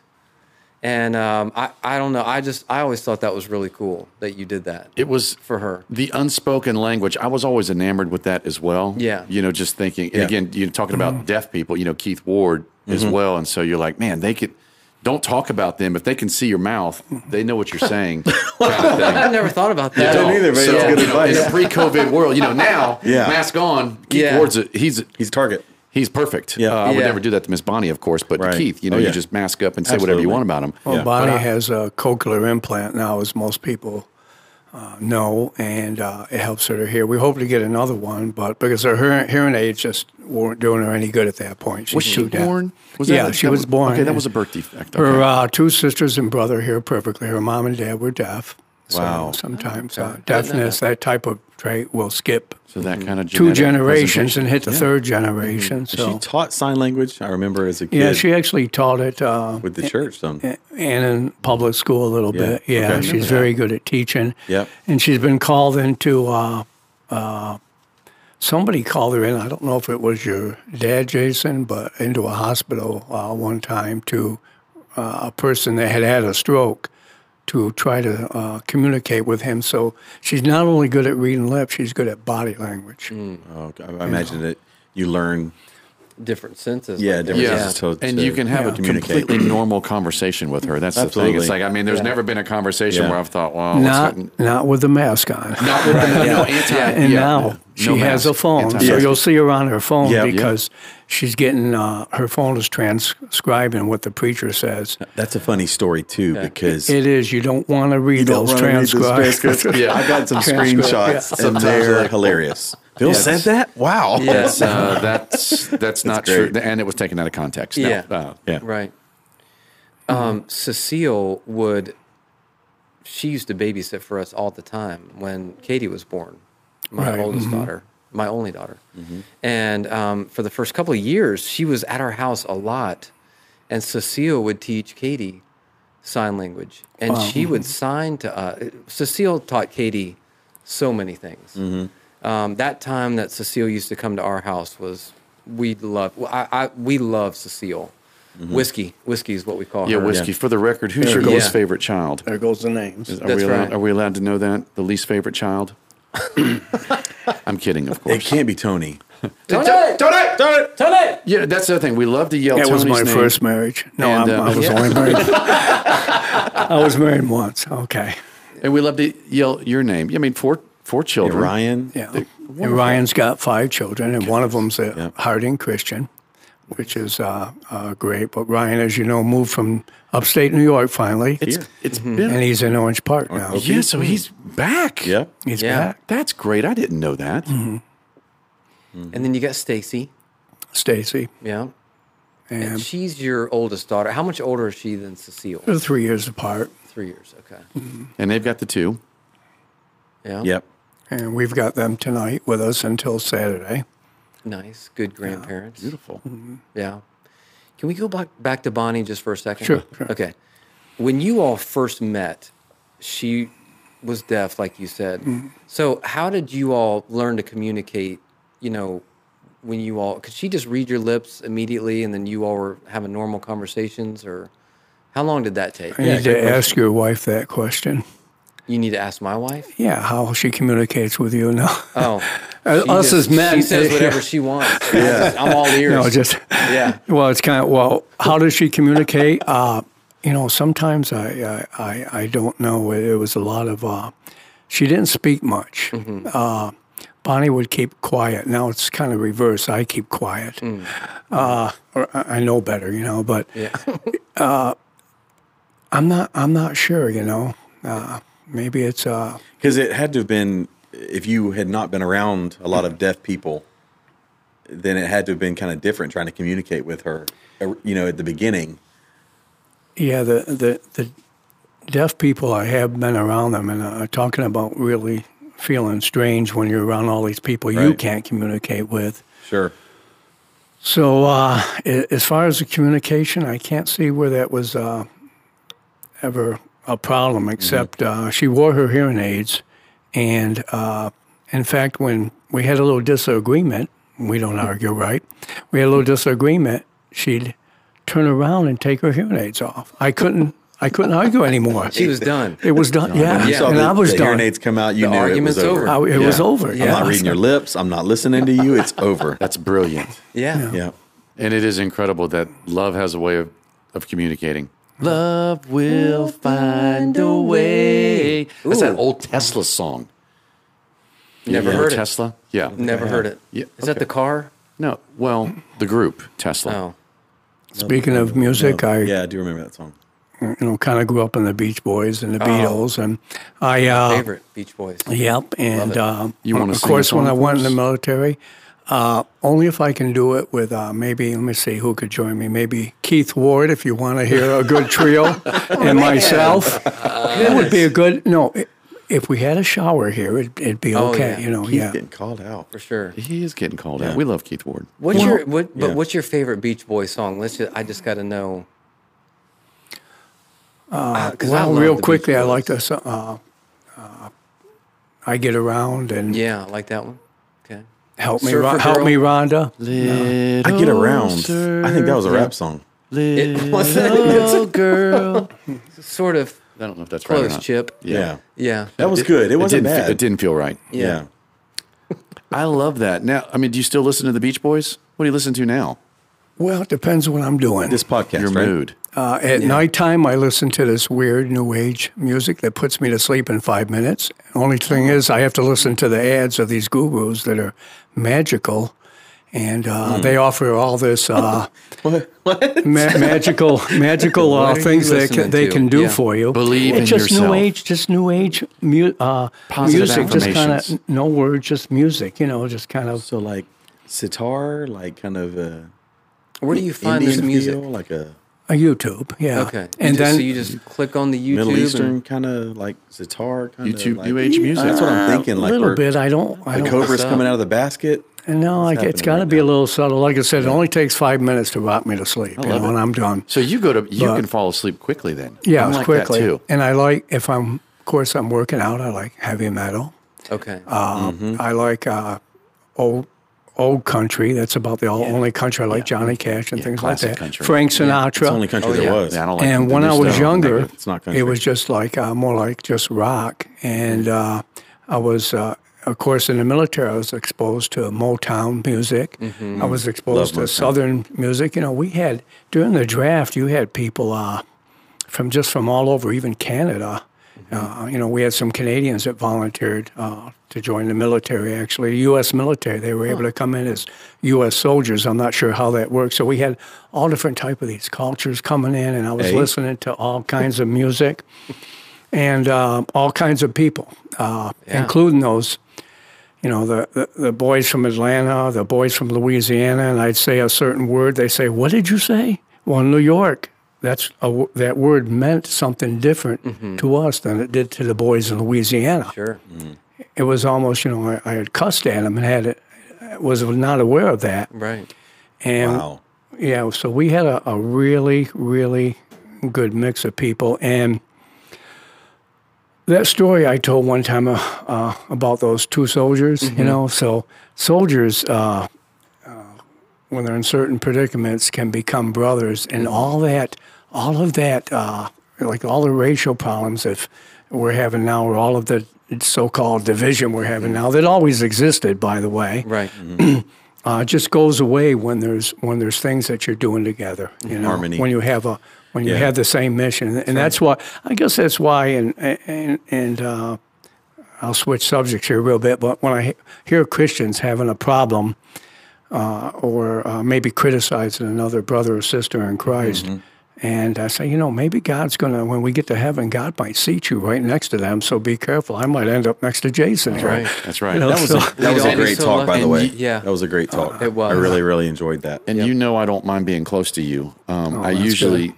[SPEAKER 3] And um, I, I don't know. I just I always thought that was really cool that you did that
[SPEAKER 1] It was
[SPEAKER 3] for her.
[SPEAKER 1] the unspoken language. I was always enamored with that as well.
[SPEAKER 3] Yeah.
[SPEAKER 1] You know, just thinking, and
[SPEAKER 2] Yeah. Mm-hmm.
[SPEAKER 1] again, you're talking about deaf people, you know, Keith Ward as well. And so you're like, man, they could, don't talk about them. If they can see your mouth, they know what
[SPEAKER 2] [laughs]
[SPEAKER 1] you're saying. kind of thing.
[SPEAKER 3] I never thought about that.
[SPEAKER 2] don't either, but it's good
[SPEAKER 1] you know,
[SPEAKER 2] advice.
[SPEAKER 1] In a pre-COVID world, you know, now
[SPEAKER 2] [laughs] Yeah.
[SPEAKER 1] mask on. Keith
[SPEAKER 3] Yeah.
[SPEAKER 1] Ward's a, he's
[SPEAKER 2] He's target.
[SPEAKER 1] he's perfect.
[SPEAKER 2] Yeah.
[SPEAKER 1] Uh, I would
[SPEAKER 3] Yeah.
[SPEAKER 1] never do that to Miss Bonnie, of course, but to
[SPEAKER 2] Right.
[SPEAKER 1] Keith, you know,
[SPEAKER 2] Oh, yeah.
[SPEAKER 1] you just mask up and say whatever you
[SPEAKER 2] Absolutely.
[SPEAKER 1] want about him.
[SPEAKER 4] Well,
[SPEAKER 2] Yeah.
[SPEAKER 4] Bonnie has a cochlear implant now, as most people uh, know, and uh, it helps her to hear. We hope to get another one, but because her hearing, hearing aids just weren't doing her any good at that point. She's
[SPEAKER 1] Was she
[SPEAKER 4] too deaf.
[SPEAKER 1] born? Was
[SPEAKER 4] yeah,
[SPEAKER 1] that-
[SPEAKER 4] she
[SPEAKER 1] that
[SPEAKER 4] was born.
[SPEAKER 1] Okay, that
[SPEAKER 4] and
[SPEAKER 1] was a birth defect.
[SPEAKER 4] Her
[SPEAKER 1] Okay.
[SPEAKER 4] uh, two sisters and brother hear perfectly. Her mom and dad were deaf. So
[SPEAKER 2] Wow.
[SPEAKER 4] Sometimes uh, deafness, that type of trait, will skip
[SPEAKER 1] so that
[SPEAKER 2] Mm-hmm.
[SPEAKER 1] kind of
[SPEAKER 4] two
[SPEAKER 1] genetic Mm-hmm.
[SPEAKER 4] generations
[SPEAKER 1] presentation.
[SPEAKER 4] and hit the third generation. So
[SPEAKER 2] She taught sign language. I remember as a kid
[SPEAKER 4] yeah, she actually taught it. Uh,
[SPEAKER 2] with the church. Some
[SPEAKER 4] and in public school a little
[SPEAKER 2] Yeah.
[SPEAKER 4] bit. Yeah,
[SPEAKER 2] Okay.
[SPEAKER 4] she's very good at teaching.
[SPEAKER 2] Yep.
[SPEAKER 4] And she's been called into, uh, uh, somebody called her in, I don't know if it was your dad, Jason, but into a hospital uh, one time to uh, a person that had had a stroke to try to uh, communicate with him. So she's not only good at reading lips, she's good at body language.
[SPEAKER 2] Oh, I
[SPEAKER 4] eh,
[SPEAKER 2] I imagine that you learn.
[SPEAKER 3] Different senses.
[SPEAKER 2] Yeah,
[SPEAKER 3] like that.
[SPEAKER 2] different
[SPEAKER 1] Yeah.
[SPEAKER 2] senses to,
[SPEAKER 1] and
[SPEAKER 2] to
[SPEAKER 1] you can have a
[SPEAKER 2] communicate.
[SPEAKER 1] completely normal conversation with her. That's the thing.
[SPEAKER 2] Absolutely.
[SPEAKER 1] It's like I mean, there's never been a conversation
[SPEAKER 2] Yeah.
[SPEAKER 1] where I've thought,
[SPEAKER 2] Oh,
[SPEAKER 1] "Wow,
[SPEAKER 4] Not,
[SPEAKER 1] what's that-
[SPEAKER 4] not with the mask
[SPEAKER 2] [laughs]
[SPEAKER 4] on.
[SPEAKER 1] not with the, no anti."
[SPEAKER 4] and
[SPEAKER 1] yeah,
[SPEAKER 4] now
[SPEAKER 1] no
[SPEAKER 4] she has
[SPEAKER 1] mask,
[SPEAKER 4] a phone,
[SPEAKER 1] anti-
[SPEAKER 4] so
[SPEAKER 1] Yeah.
[SPEAKER 4] you'll see her on her phone
[SPEAKER 2] Yeah.
[SPEAKER 4] because she's getting uh, her phone is transcribing what the preacher says.
[SPEAKER 2] That's a funny story too, because
[SPEAKER 4] It is. You don't want to read those transcribes. [laughs]
[SPEAKER 2] yeah, I got some
[SPEAKER 4] Transcribed, yeah.
[SPEAKER 2] screenshots, and they're hilarious. Bill said that. Wow.
[SPEAKER 3] Yeah.
[SPEAKER 1] That's, uh, that's that's not
[SPEAKER 2] great.
[SPEAKER 1] true, and it was taken out of context. No,
[SPEAKER 3] Yeah.
[SPEAKER 1] uh,
[SPEAKER 2] yeah.
[SPEAKER 3] Right. Um, Cecile would, she used to babysit for us all the time when Katie was born, my
[SPEAKER 4] Right,
[SPEAKER 3] oldest daughter, my only daughter.
[SPEAKER 2] Mm-hmm.
[SPEAKER 3] And um, for the first couple of years, she was at our house a lot. And Cecile would teach Katie sign language. And she would sign to us. Cecile taught Katie so many things.
[SPEAKER 1] Mm-hmm.
[SPEAKER 3] Um, that time that Cecile used to come to our house was we love well, I, I we love Cecile. Whiskey, whiskey is what we call
[SPEAKER 1] Mm-hmm. yeah,
[SPEAKER 3] her.
[SPEAKER 1] whiskey. For the record, who's your
[SPEAKER 3] Yeah.
[SPEAKER 1] least favorite child?
[SPEAKER 4] There goes the names.
[SPEAKER 1] Are
[SPEAKER 3] That's
[SPEAKER 1] we allowed?
[SPEAKER 3] right.
[SPEAKER 1] Are we allowed to know that the least favorite child? I'm kidding, of
[SPEAKER 2] It
[SPEAKER 1] course.
[SPEAKER 2] can't be Tony.
[SPEAKER 3] Tony, Tony, Tony.
[SPEAKER 1] Yeah, that's the other thing. We love to yell.
[SPEAKER 4] That was
[SPEAKER 1] Tony's
[SPEAKER 4] my
[SPEAKER 1] name.
[SPEAKER 4] first marriage. No,
[SPEAKER 1] And,
[SPEAKER 4] I'm,
[SPEAKER 1] uh,
[SPEAKER 4] I was
[SPEAKER 1] yeah. [laughs]
[SPEAKER 4] only married. I was married once. Okay.
[SPEAKER 1] and we love to yell your name. I mean, four four children.
[SPEAKER 2] Ryan.
[SPEAKER 4] Yeah. and Ryan's got five children, and one of them's a Harding Christian, which is uh, uh, great. But Ryan, as you know, moved from upstate New York finally,
[SPEAKER 1] It's it's
[SPEAKER 2] Mm-hmm.
[SPEAKER 1] been
[SPEAKER 4] and he's in Orange Park now.
[SPEAKER 1] yeah. So he's back.
[SPEAKER 2] Yeah.
[SPEAKER 4] He's
[SPEAKER 3] Yeah.
[SPEAKER 4] back.
[SPEAKER 1] That's great. I didn't know that.
[SPEAKER 3] And then you got Stacy.
[SPEAKER 4] Stacy,
[SPEAKER 3] Yeah. And
[SPEAKER 4] and
[SPEAKER 3] she's your oldest daughter. How much older is she
[SPEAKER 1] [laughs]
[SPEAKER 3] than Cecile?
[SPEAKER 4] they're three years apart,
[SPEAKER 3] Three years. Okay.
[SPEAKER 1] And they've got the two.
[SPEAKER 3] Yeah.
[SPEAKER 2] Yep.
[SPEAKER 4] and we've got them tonight with us until Saturday.
[SPEAKER 3] Nice. Good grandparents.
[SPEAKER 1] Beautiful.
[SPEAKER 3] Yeah. Can we go back back to Bonnie just for a second?
[SPEAKER 4] Sure, sure.
[SPEAKER 3] Okay. When you all first met, she was deaf, like you said.
[SPEAKER 4] Mm-hmm.
[SPEAKER 3] So how did you all learn to communicate? You know, when you all could she just read your lips immediately, and then you all were having normal conversations, or how long did that take?
[SPEAKER 4] I need to ask your wife that question.
[SPEAKER 3] You need to ask my
[SPEAKER 4] [laughs]
[SPEAKER 3] wife.
[SPEAKER 4] Yeah, how she communicates with you now.
[SPEAKER 3] Oh,
[SPEAKER 4] Uh,
[SPEAKER 3] she
[SPEAKER 4] [laughs] us as men,
[SPEAKER 3] she says
[SPEAKER 4] uh,
[SPEAKER 3] whatever
[SPEAKER 4] [laughs] yeah.
[SPEAKER 3] she wants. Yeah. I'm all ears.
[SPEAKER 4] no, just
[SPEAKER 3] yeah.
[SPEAKER 4] [laughs] Well, it's kind of well. How does she communicate? Uh, you know, sometimes I I, I, I don't know. It, it was a lot of. Uh, she didn't speak much.
[SPEAKER 3] Mm-hmm.
[SPEAKER 4] Uh, Bonnie would keep quiet. Now it's kind of reverse. I keep quiet. Uh, or I I know better, you know. But
[SPEAKER 3] Mm.
[SPEAKER 4] [laughs] uh,
[SPEAKER 3] Yeah.
[SPEAKER 4] I'm not. I'm not sure. You know. Uh, maybe it's. Uh,
[SPEAKER 2] Because it had to have been, if you had not been around a lot of deaf people, then it had to have been kind of different trying to communicate with her, uh, you know, at the beginning.
[SPEAKER 4] Yeah, the, the, the deaf people, I have been around them and uh, talking about really feeling strange when you're around all these people you
[SPEAKER 2] Right.
[SPEAKER 4] can't communicate with.
[SPEAKER 2] Sure.
[SPEAKER 4] So, uh, a- as far as the communication, I can't see where that was uh,
[SPEAKER 2] Mm-hmm.
[SPEAKER 4] ever a problem, except uh, she wore her hearing aids And uh, in fact, when we had a little disagreement, we don't
[SPEAKER 2] Mm-hmm.
[SPEAKER 4] argue, right? We had a little disagreement. She'd turn around and take her hearing aids off. I couldn't. I couldn't argue
[SPEAKER 2] [laughs]
[SPEAKER 4] anymore.
[SPEAKER 3] She was done.
[SPEAKER 4] It was done. Yeah,
[SPEAKER 2] You saw
[SPEAKER 4] and
[SPEAKER 2] the,
[SPEAKER 4] I was
[SPEAKER 2] the
[SPEAKER 4] done.
[SPEAKER 2] hearing aids come out. You
[SPEAKER 3] The
[SPEAKER 2] knew it
[SPEAKER 3] argument's
[SPEAKER 2] was over.
[SPEAKER 3] over.
[SPEAKER 4] I, it was
[SPEAKER 1] Yeah.
[SPEAKER 4] over.
[SPEAKER 3] I'm
[SPEAKER 4] Yeah.
[SPEAKER 2] I'm not reading your lips. I'm not listening to you. It's
[SPEAKER 4] [laughs]
[SPEAKER 2] over.
[SPEAKER 1] That's brilliant.
[SPEAKER 3] Yeah.
[SPEAKER 2] yeah.
[SPEAKER 1] And it is incredible that love has a way of, of communicating.
[SPEAKER 3] Love
[SPEAKER 1] We'll find a way. That's that
[SPEAKER 3] Ooh.
[SPEAKER 1] old Tesla song.
[SPEAKER 3] Never
[SPEAKER 1] You know
[SPEAKER 3] heard it.
[SPEAKER 1] Tesla? Yeah.
[SPEAKER 3] Never heard it. Is
[SPEAKER 1] Yeah,
[SPEAKER 3] that
[SPEAKER 1] okay.
[SPEAKER 3] the car?
[SPEAKER 1] No. Well, the group Tesla.
[SPEAKER 3] Oh.
[SPEAKER 4] Speaking of music, I
[SPEAKER 2] yeah, I do remember that song.
[SPEAKER 4] you know kind of grew up in the Beach Boys and the Beatles, and I uh,
[SPEAKER 3] Oh. Favorite Beach Boys.
[SPEAKER 4] Yep, and uh,
[SPEAKER 1] You wanna
[SPEAKER 4] of
[SPEAKER 1] sing a
[SPEAKER 4] course when
[SPEAKER 1] song
[SPEAKER 4] I
[SPEAKER 1] for
[SPEAKER 4] went in
[SPEAKER 1] us?
[SPEAKER 4] the military, uh, only if I can do it with uh, maybe let me see who could join me. Maybe Keith Ward if you want to hear a good
[SPEAKER 3] [laughs]
[SPEAKER 4] trio, and myself. That would be a good no. i- If we had a shower here, it'd, it'd be
[SPEAKER 3] Oh,
[SPEAKER 4] okay.
[SPEAKER 3] yeah.
[SPEAKER 4] You know,
[SPEAKER 2] He's
[SPEAKER 4] yeah.
[SPEAKER 2] getting called out.
[SPEAKER 3] For sure.
[SPEAKER 1] He is getting called
[SPEAKER 2] Yeah.
[SPEAKER 1] out. We love Keith Ward.
[SPEAKER 3] What's
[SPEAKER 4] Well,
[SPEAKER 3] your what? But
[SPEAKER 2] yeah.
[SPEAKER 3] what's your favorite Beach Boy song? Let's just. I just got to know. Uh, 'cause I
[SPEAKER 4] Well,
[SPEAKER 3] love
[SPEAKER 4] real
[SPEAKER 3] the
[SPEAKER 4] quickly,
[SPEAKER 3] Beach
[SPEAKER 4] I
[SPEAKER 3] Boys.
[SPEAKER 4] like this. Uh, uh, I get around and
[SPEAKER 3] Yeah, I like that one. Okay.
[SPEAKER 4] help me,
[SPEAKER 3] Surfer
[SPEAKER 4] Ron- help
[SPEAKER 3] Girl.
[SPEAKER 4] me, Rhonda.
[SPEAKER 2] I get around. I think that was a rap song.
[SPEAKER 3] It [laughs] was
[SPEAKER 1] Little girl.
[SPEAKER 3] sort of
[SPEAKER 1] [laughs] I don't know if that's right. or
[SPEAKER 3] close,
[SPEAKER 1] not.
[SPEAKER 3] Chip.
[SPEAKER 2] Yeah.
[SPEAKER 3] Yeah.
[SPEAKER 2] That was good. It wasn't
[SPEAKER 1] didn't,
[SPEAKER 2] bad.
[SPEAKER 1] It didn't feel right.
[SPEAKER 2] Yeah.
[SPEAKER 3] Yeah.
[SPEAKER 1] I love that. Now, I mean, do you still listen to the Beach Boys? What do you listen to now?
[SPEAKER 4] Well, it depends what I'm doing.
[SPEAKER 2] This podcast,
[SPEAKER 1] Your
[SPEAKER 2] right?
[SPEAKER 1] mood.
[SPEAKER 4] Uh, at nighttime, I listen to this weird new age music that puts me to sleep in five minutes. Only thing
[SPEAKER 3] Uh-huh.
[SPEAKER 4] is, I have to listen to the ads of these gurus that are magical, and
[SPEAKER 3] Hmm.
[SPEAKER 4] uh, they offer all
[SPEAKER 3] [laughs]
[SPEAKER 4] this uh, ma- magical, magical
[SPEAKER 3] What
[SPEAKER 4] uh,
[SPEAKER 3] are you
[SPEAKER 4] things that
[SPEAKER 3] listening
[SPEAKER 4] can, they
[SPEAKER 3] to?
[SPEAKER 4] can do
[SPEAKER 3] Yeah.
[SPEAKER 4] for you.
[SPEAKER 1] Believe
[SPEAKER 4] it's
[SPEAKER 1] in
[SPEAKER 4] just new
[SPEAKER 1] yourself.
[SPEAKER 4] age, just new age mu- uh,
[SPEAKER 1] Positive
[SPEAKER 4] music, just kind
[SPEAKER 1] affirmations.
[SPEAKER 4] of no words, just music. You know, just kind of
[SPEAKER 2] So like sitar, like kind of a
[SPEAKER 3] Where do you find
[SPEAKER 2] Indian
[SPEAKER 3] this music?
[SPEAKER 2] feel, like a
[SPEAKER 4] a YouTube, yeah.
[SPEAKER 3] Okay. You just-
[SPEAKER 4] and then
[SPEAKER 3] so you just click on the YouTube.
[SPEAKER 2] Middle Eastern
[SPEAKER 3] and-
[SPEAKER 2] kind of like sitar, kind
[SPEAKER 1] YouTube
[SPEAKER 2] like,
[SPEAKER 1] New Age music.
[SPEAKER 2] That's what I'm thinking.
[SPEAKER 4] a
[SPEAKER 2] Like
[SPEAKER 4] little
[SPEAKER 2] we're-
[SPEAKER 4] bit. I don't. I
[SPEAKER 2] the
[SPEAKER 4] don't
[SPEAKER 2] cobra's
[SPEAKER 3] up.
[SPEAKER 2] coming out of the basket.
[SPEAKER 4] No, like,
[SPEAKER 2] happening
[SPEAKER 4] it's got to
[SPEAKER 2] right
[SPEAKER 4] be
[SPEAKER 2] now.
[SPEAKER 4] a little subtle. Like I said, it only takes five minutes to rock me to sleep. you
[SPEAKER 1] love
[SPEAKER 4] know,
[SPEAKER 1] it.
[SPEAKER 4] and I'm done.
[SPEAKER 1] So you go to you
[SPEAKER 4] But-
[SPEAKER 1] can fall asleep quickly then.
[SPEAKER 4] Yeah,
[SPEAKER 1] I like
[SPEAKER 4] quickly.
[SPEAKER 1] That too.
[SPEAKER 4] And I like if I'm, of course, I'm working out. I like heavy metal.
[SPEAKER 3] Okay.
[SPEAKER 4] Uh, I like uh, old old country. That's about the only country I like. Johnny Cash and things like
[SPEAKER 1] classic
[SPEAKER 4] that.
[SPEAKER 1] country.
[SPEAKER 4] Frank
[SPEAKER 2] It's
[SPEAKER 4] Sinatra.
[SPEAKER 2] the only country
[SPEAKER 3] Oh,
[SPEAKER 2] there
[SPEAKER 3] yeah.
[SPEAKER 2] was.
[SPEAKER 1] Yeah, I don't like
[SPEAKER 4] and
[SPEAKER 1] the
[SPEAKER 4] when
[SPEAKER 1] new
[SPEAKER 4] I was
[SPEAKER 1] stuff.
[SPEAKER 4] younger,
[SPEAKER 2] It's not country.
[SPEAKER 4] it was just like uh, more like just rock. And uh, I was, uh, of course, in the military, I was exposed to Motown music. I was exposed
[SPEAKER 2] Mm-hmm. Love
[SPEAKER 4] to
[SPEAKER 2] Motown.
[SPEAKER 4] Southern music. You know, we had during the draft, you had people uh, from just from all over, even Canada. Uh, you know, we had some Canadians that volunteered uh, to join the military, actually, U.S. military. They were able to come in as U.S. soldiers. I'm not sure how that works. So we had all different type of these cultures coming in, and I was
[SPEAKER 2] Hey.
[SPEAKER 4] listening to all kinds of music and uh, all kinds of people, uh, including those, you know, the, the, the boys from Atlanta, the boys from Louisiana, and I'd say a certain word. They say, "What did you say?" Well, in New York, that's a w that word meant something different to us than it did to the boys in Louisiana.
[SPEAKER 3] sure.
[SPEAKER 4] It was almost, you know, I, I had cussed at them and had it was not aware of that,
[SPEAKER 3] Right.
[SPEAKER 4] and
[SPEAKER 2] wow.
[SPEAKER 4] yeah, so we had a, a really, really good mix of people. And that story I told one time uh, uh, about those two soldiers, you know, so soldiers, uh, uh, when they're in certain predicaments, can become brothers. And all that, all of that, uh, like all the racial problems that we're having now, or all of the so called division we're having now, that always existed, by the way
[SPEAKER 3] Right.
[SPEAKER 4] uh, it just goes away when there's when there's things that you're doing together. You know,
[SPEAKER 2] Harmony.
[SPEAKER 4] When you have a when you
[SPEAKER 2] Yeah.
[SPEAKER 4] have the same mission, and that's why I guess that's why. And and and uh, I'll switch subjects here a real bit, but when I he- hear Christians having a problem uh, or uh, maybe criticizing another brother or sister in Christ. And I say, you know, maybe God's going to, when we get to heaven, God might seat you right next to them. So be careful. I might end up next to Jason. here.
[SPEAKER 3] Right.
[SPEAKER 1] That's right.
[SPEAKER 4] You know,
[SPEAKER 2] That
[SPEAKER 3] [laughs]
[SPEAKER 2] was a, that was a
[SPEAKER 3] don't-
[SPEAKER 2] great
[SPEAKER 3] so
[SPEAKER 2] talk, by the
[SPEAKER 3] lucky-
[SPEAKER 2] way.
[SPEAKER 3] Yeah.
[SPEAKER 2] that was a great talk.
[SPEAKER 3] It was.
[SPEAKER 2] I really, really enjoyed that.
[SPEAKER 1] and you know I don't mind being close to you. Um, I
[SPEAKER 4] Oh, that's
[SPEAKER 1] usually,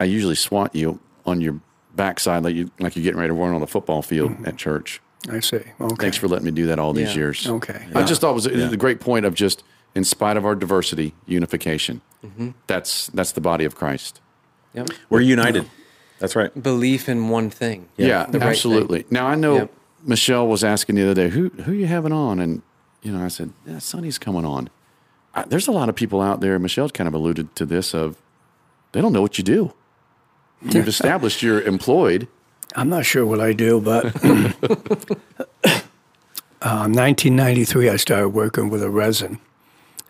[SPEAKER 1] I usually swat you on your backside, like you like you're getting ready to run on the football field
[SPEAKER 4] Mm-hmm.
[SPEAKER 1] at church.
[SPEAKER 4] I see. Okay.
[SPEAKER 1] Thanks for letting me do that all these
[SPEAKER 3] Yeah.
[SPEAKER 1] years.
[SPEAKER 4] Okay.
[SPEAKER 1] I just thought it was a, a great point of just, in spite of our diversity, unification. That's that's the body of Christ.
[SPEAKER 3] Yep.
[SPEAKER 2] We're united. That's right.
[SPEAKER 3] Belief in one thing.
[SPEAKER 1] Yeah,
[SPEAKER 3] The right thing.
[SPEAKER 1] absolutely. now I know
[SPEAKER 3] Yep.
[SPEAKER 1] Michelle was asking the other day, who who you having on? And you know, I said, yeah, Sonny's coming on. I, there's a lot of people out there. Michelle kind of alluded to this of they don't know what you do.
[SPEAKER 3] [laughs]
[SPEAKER 1] You've established you're employed.
[SPEAKER 4] I'm not sure what I do, but [coughs] uh, 1993 I started working with a resin,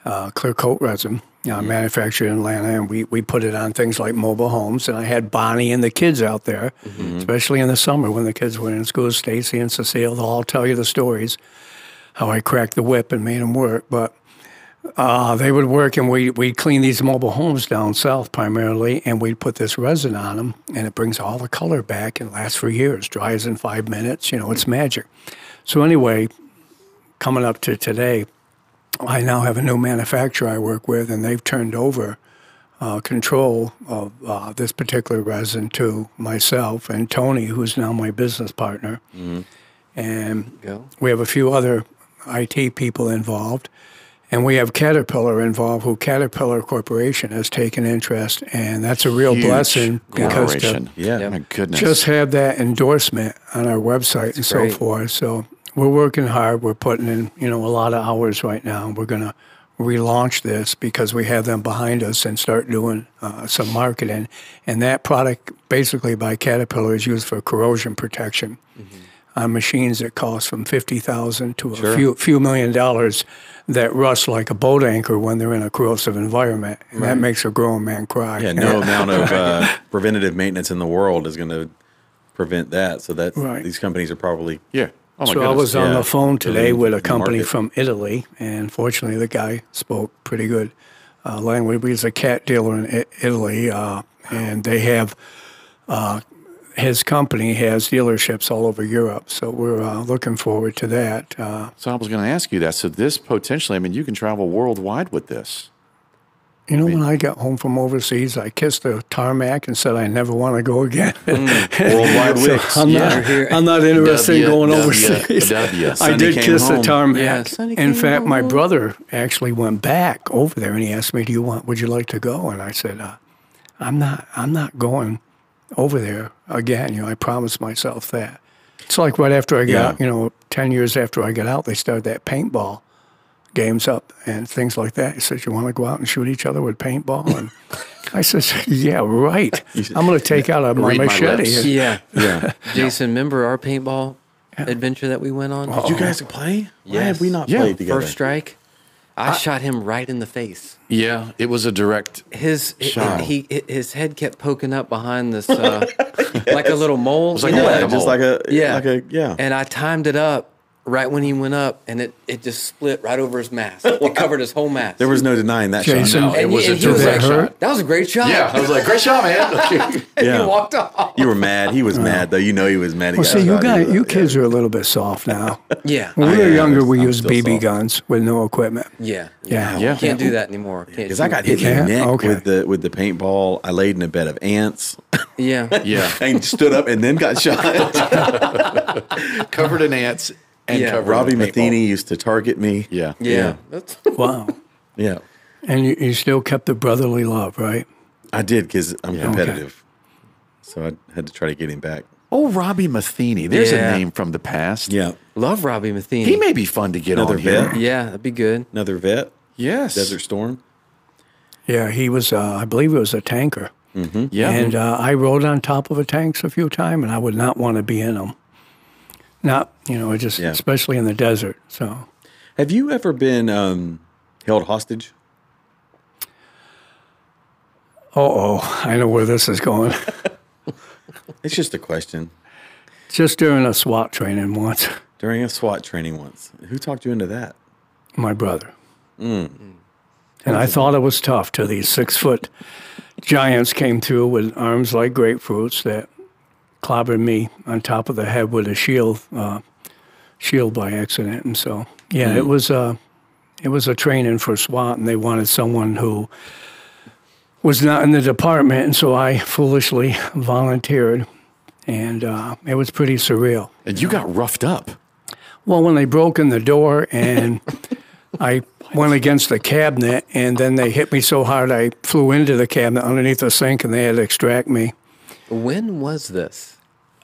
[SPEAKER 4] uh, clear coat resin, uh, manufactured in Atlanta, and we, we put it on things like mobile homes. And I had Bonnie and the kids out there, especially in the summer when the kids were in school. Stacy and Cecile, they'll all tell you the stories how I cracked the whip and made them work, but. Uh, they would work, and we we clean these mobile homes down south primarily, and we'd put this resin on them, and it brings all the color back and lasts for years. Dries in five minutes, you know, it's magic. So anyway, coming up to today, I now have a new manufacturer I work with, and they've turned over uh, control of uh, this particular resin to myself and Tony, who's now my business partner,
[SPEAKER 1] Mm-hmm.
[SPEAKER 4] and
[SPEAKER 3] Go.
[SPEAKER 4] we have a few other IT people involved. And we have Caterpillar involved, who Caterpillar Corporation has taken interest, and that's a real
[SPEAKER 1] Huge
[SPEAKER 4] blessing because
[SPEAKER 1] corporation.
[SPEAKER 4] to
[SPEAKER 2] Yeah.
[SPEAKER 1] My goodness.
[SPEAKER 4] just have that endorsement on our website and so
[SPEAKER 3] great.
[SPEAKER 4] forth. So we're working hard. We're putting in you know a lot of hours right now. We're gonna relaunch this because we have them behind us and start doing uh, some marketing. And that product, basically by Caterpillar, is used for corrosion protection on machines that cost from fifty thousand to a few few million dollars that rust like a boat anchor when they're in a corrosive environment, and that makes a grown man cry. [laughs]
[SPEAKER 2] Yeah, [laughs] no amount of uh, preventative maintenance in the world is going to prevent that. So that
[SPEAKER 4] Right.
[SPEAKER 2] these companies are [laughs] probably
[SPEAKER 1] yeah. Oh my
[SPEAKER 4] so I
[SPEAKER 1] goodness.
[SPEAKER 4] was uh, on
[SPEAKER 2] yeah.
[SPEAKER 4] the phone
[SPEAKER 2] Really
[SPEAKER 4] today with a
[SPEAKER 2] the
[SPEAKER 4] company
[SPEAKER 2] market.
[SPEAKER 4] from Italy, and fortunately, the guy spoke pretty good uh, language. He's a cat dealer in I- Italy, uh, and they have uh, his company has dealerships all over Europe. So we're uh, looking forward to that. Uh,
[SPEAKER 1] so I was going to ask you that. So this potentially, I mean, you can travel worldwide with
[SPEAKER 4] [laughs]
[SPEAKER 1] this.
[SPEAKER 4] you know, when I got home from overseas, I kissed the tarmac and said, "I never want to go again."
[SPEAKER 2] worldwide
[SPEAKER 4] So
[SPEAKER 2] wicks.
[SPEAKER 4] [laughs] I'm,
[SPEAKER 3] You're
[SPEAKER 4] not,
[SPEAKER 3] here.
[SPEAKER 4] I'm not interested in
[SPEAKER 1] W,
[SPEAKER 4] going
[SPEAKER 1] W,
[SPEAKER 4] overseas.
[SPEAKER 1] W.
[SPEAKER 4] [laughs] I
[SPEAKER 2] Sonny
[SPEAKER 4] did
[SPEAKER 2] came
[SPEAKER 4] kiss
[SPEAKER 2] home.
[SPEAKER 4] the tarmac.
[SPEAKER 3] Yeah, Sonny
[SPEAKER 4] in
[SPEAKER 3] came
[SPEAKER 4] fact, my
[SPEAKER 3] home.
[SPEAKER 4] brother actually went back over there and he asked me, "Do you want? Would you like to go?" And I said, uh, "I'm not. I'm not going over there again. You know, I promised myself that." It's like right after I got,
[SPEAKER 2] Yeah.
[SPEAKER 4] you know, ten years after I got out, they started that paintball games up and things like that. He says, "You want to go out and shoot each other with paintball?" And I says, "Yeah, right. I'm going to take out a, my
[SPEAKER 1] Read my
[SPEAKER 4] machete."
[SPEAKER 1] lips.
[SPEAKER 4] and-
[SPEAKER 3] Yeah.
[SPEAKER 2] yeah.
[SPEAKER 3] Jason, remember our paintball adventure that we went on?
[SPEAKER 2] Did you guys play? Why have we not
[SPEAKER 1] Yeah.
[SPEAKER 2] played together?
[SPEAKER 3] First strike. I shot him right in the face.
[SPEAKER 1] Yeah, it was a direct.
[SPEAKER 3] His
[SPEAKER 1] Shot.
[SPEAKER 3] he his head kept poking up behind this uh, like a little mole.
[SPEAKER 1] like
[SPEAKER 3] you
[SPEAKER 1] a
[SPEAKER 3] know?
[SPEAKER 2] yeah,
[SPEAKER 1] whack-a-mole.
[SPEAKER 2] just like a
[SPEAKER 3] Yeah.
[SPEAKER 2] yeah, like a yeah.
[SPEAKER 3] And I timed it up right when he went up, and it, it just split right over his mask. It covered his whole mask.
[SPEAKER 2] there was no denying that.
[SPEAKER 4] Jason.
[SPEAKER 1] No,
[SPEAKER 2] Shot.
[SPEAKER 3] and,
[SPEAKER 1] it
[SPEAKER 3] he-
[SPEAKER 1] was a
[SPEAKER 3] and he was
[SPEAKER 4] direct
[SPEAKER 3] like,
[SPEAKER 4] hurt.
[SPEAKER 3] "That was a great shot."
[SPEAKER 1] Yeah, I was like, great shot, [laughs] man.
[SPEAKER 2] Yeah.
[SPEAKER 3] he walked off.
[SPEAKER 2] You were mad. He was mad though. You know he was mad. He
[SPEAKER 4] Well,
[SPEAKER 2] got
[SPEAKER 4] see, you
[SPEAKER 2] shot. He
[SPEAKER 4] guys,
[SPEAKER 2] was
[SPEAKER 4] you
[SPEAKER 2] like,
[SPEAKER 4] kids are a little bit soft now.
[SPEAKER 3] Yeah,
[SPEAKER 4] When we were
[SPEAKER 2] yeah,
[SPEAKER 4] younger, we
[SPEAKER 2] I'm
[SPEAKER 4] used
[SPEAKER 2] still
[SPEAKER 4] BB
[SPEAKER 2] soft.
[SPEAKER 4] guns with no equipment.
[SPEAKER 3] yeah,
[SPEAKER 4] Yeah.
[SPEAKER 1] Yeah.
[SPEAKER 3] Can't do that anymore. Can't
[SPEAKER 2] Because I
[SPEAKER 3] do-
[SPEAKER 2] got hit in the
[SPEAKER 4] can't?
[SPEAKER 2] neck
[SPEAKER 4] Okay.
[SPEAKER 2] with the with the paintball. I laid in a bed of ants [laughs]
[SPEAKER 3] Yeah,
[SPEAKER 1] yeah,
[SPEAKER 2] and stood up and then got shot.
[SPEAKER 1] covered in ants and
[SPEAKER 3] Yeah.
[SPEAKER 1] covered.
[SPEAKER 2] [laughs] Robbie
[SPEAKER 1] in paintball.
[SPEAKER 2] Matheny used to target me.
[SPEAKER 1] Yeah,
[SPEAKER 3] yeah. That's- [laughs]
[SPEAKER 4] Wow.
[SPEAKER 2] Yeah.
[SPEAKER 4] And you, you still kept the brotherly love, right?
[SPEAKER 2] I did because I'm
[SPEAKER 1] Yeah.
[SPEAKER 2] competitive. So I had to try to get him back.
[SPEAKER 1] Oh, Robbie Matheny. There's
[SPEAKER 3] Yeah.
[SPEAKER 1] a name from the past.
[SPEAKER 3] Love Robbie Matheny.
[SPEAKER 1] He may be fun to get
[SPEAKER 2] Another
[SPEAKER 1] on here.
[SPEAKER 2] vet.
[SPEAKER 3] yeah, that'd be good.
[SPEAKER 2] Another vet,
[SPEAKER 1] Yes.
[SPEAKER 2] Desert Storm.
[SPEAKER 4] Yeah, he was, uh, I believe he was a tanker.
[SPEAKER 2] Uh-huh.
[SPEAKER 1] Yeah.
[SPEAKER 4] And uh, I rode on top of a tanks a few times, and I would not want to be in them. Not, you know, just
[SPEAKER 2] Yeah.
[SPEAKER 4] especially in the desert. So,
[SPEAKER 2] Have you ever been um, held hostage?
[SPEAKER 4] uh oh, I know where this is going. [laughs]
[SPEAKER 2] It's just a question.
[SPEAKER 4] just during a SWAT training once,
[SPEAKER 2] During a SWAT training once, who talked you into that?
[SPEAKER 4] my brother. And I thought it was tough till these six foot giants came through with arms like grapefruits that clobbered me on top of the head with a shield, uh, shield by accident. And so, yeah, it was uh, it was a training for SWAT, and they wanted someone who was not in the department. And so I foolishly volunteered, and uh, it was pretty surreal.
[SPEAKER 1] and you got roughed up.
[SPEAKER 4] Well, when they broke in the door [laughs] and I went against the cabinet, and then they hit me so hard I flew into the cabinet underneath the sink, and they had to extract me.
[SPEAKER 3] When was this?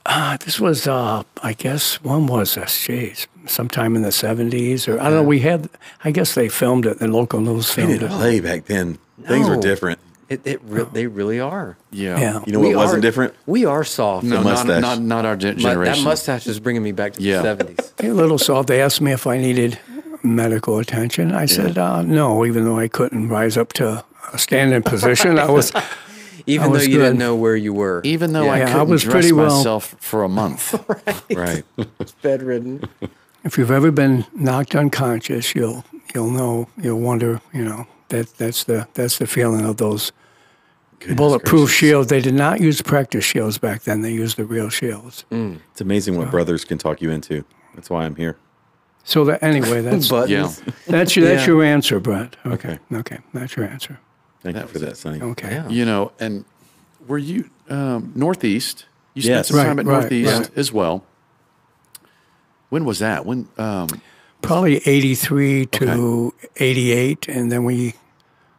[SPEAKER 4] uh, this was, uh, I guess, when was this? Jeez, sometime in the 70s or I don't know. We had, I guess they filmed it, the local news
[SPEAKER 2] They
[SPEAKER 4] filmed
[SPEAKER 2] didn't
[SPEAKER 4] it.
[SPEAKER 2] play back then. Things were
[SPEAKER 3] No.
[SPEAKER 2] different.
[SPEAKER 3] It, it re- they really are.
[SPEAKER 1] Yeah.
[SPEAKER 4] Yeah.
[SPEAKER 2] You know what
[SPEAKER 3] We
[SPEAKER 2] wasn't
[SPEAKER 3] are-
[SPEAKER 2] different?
[SPEAKER 3] We are soft.
[SPEAKER 1] No, not,
[SPEAKER 2] The mustache.
[SPEAKER 1] not, not our gen-
[SPEAKER 3] Mu- that
[SPEAKER 1] generation.
[SPEAKER 3] mustache is bringing me back to
[SPEAKER 1] Yeah. [laughs]
[SPEAKER 3] the seventies.
[SPEAKER 4] Hey, little soft. They asked me if I needed medical attention. I said uh, no, even though I couldn't rise up to a standing position. I [laughs] was,
[SPEAKER 3] Even though
[SPEAKER 4] was
[SPEAKER 3] you didn't
[SPEAKER 4] good.
[SPEAKER 3] know where you were,
[SPEAKER 1] Even though I
[SPEAKER 4] Yeah, I
[SPEAKER 1] couldn't
[SPEAKER 4] was
[SPEAKER 1] dress
[SPEAKER 4] pretty well-
[SPEAKER 1] myself for a
[SPEAKER 4] [laughs]
[SPEAKER 1] month.
[SPEAKER 2] Right.
[SPEAKER 3] bedridden.
[SPEAKER 4] if you've ever been knocked unconscious, you'll you'll know. You'll wonder. You know that that's the that's the feeling of those bulletproof shields. They did not use practice shields back then. They used the real shields.
[SPEAKER 3] Mm.
[SPEAKER 2] It's amazing what brothers can talk you into. That's why I'm here.
[SPEAKER 4] So
[SPEAKER 3] [laughs]
[SPEAKER 4] that anyway, that's
[SPEAKER 3] Buttons.
[SPEAKER 1] Yeah.
[SPEAKER 4] that's your, that's
[SPEAKER 3] Yeah.
[SPEAKER 4] your answer, Brett. Okay.
[SPEAKER 2] Okay.
[SPEAKER 4] okay, that's your answer.
[SPEAKER 2] Thank you for that, Sonny.
[SPEAKER 4] Okay.
[SPEAKER 3] Yeah.
[SPEAKER 1] You know, and were you um, Northeast? You spent
[SPEAKER 2] Yes.
[SPEAKER 1] some time
[SPEAKER 4] Right,
[SPEAKER 1] at
[SPEAKER 4] right,
[SPEAKER 1] Northeast
[SPEAKER 4] right.
[SPEAKER 1] as well. When was that? When? Um,
[SPEAKER 4] probably 83 to 88 and then we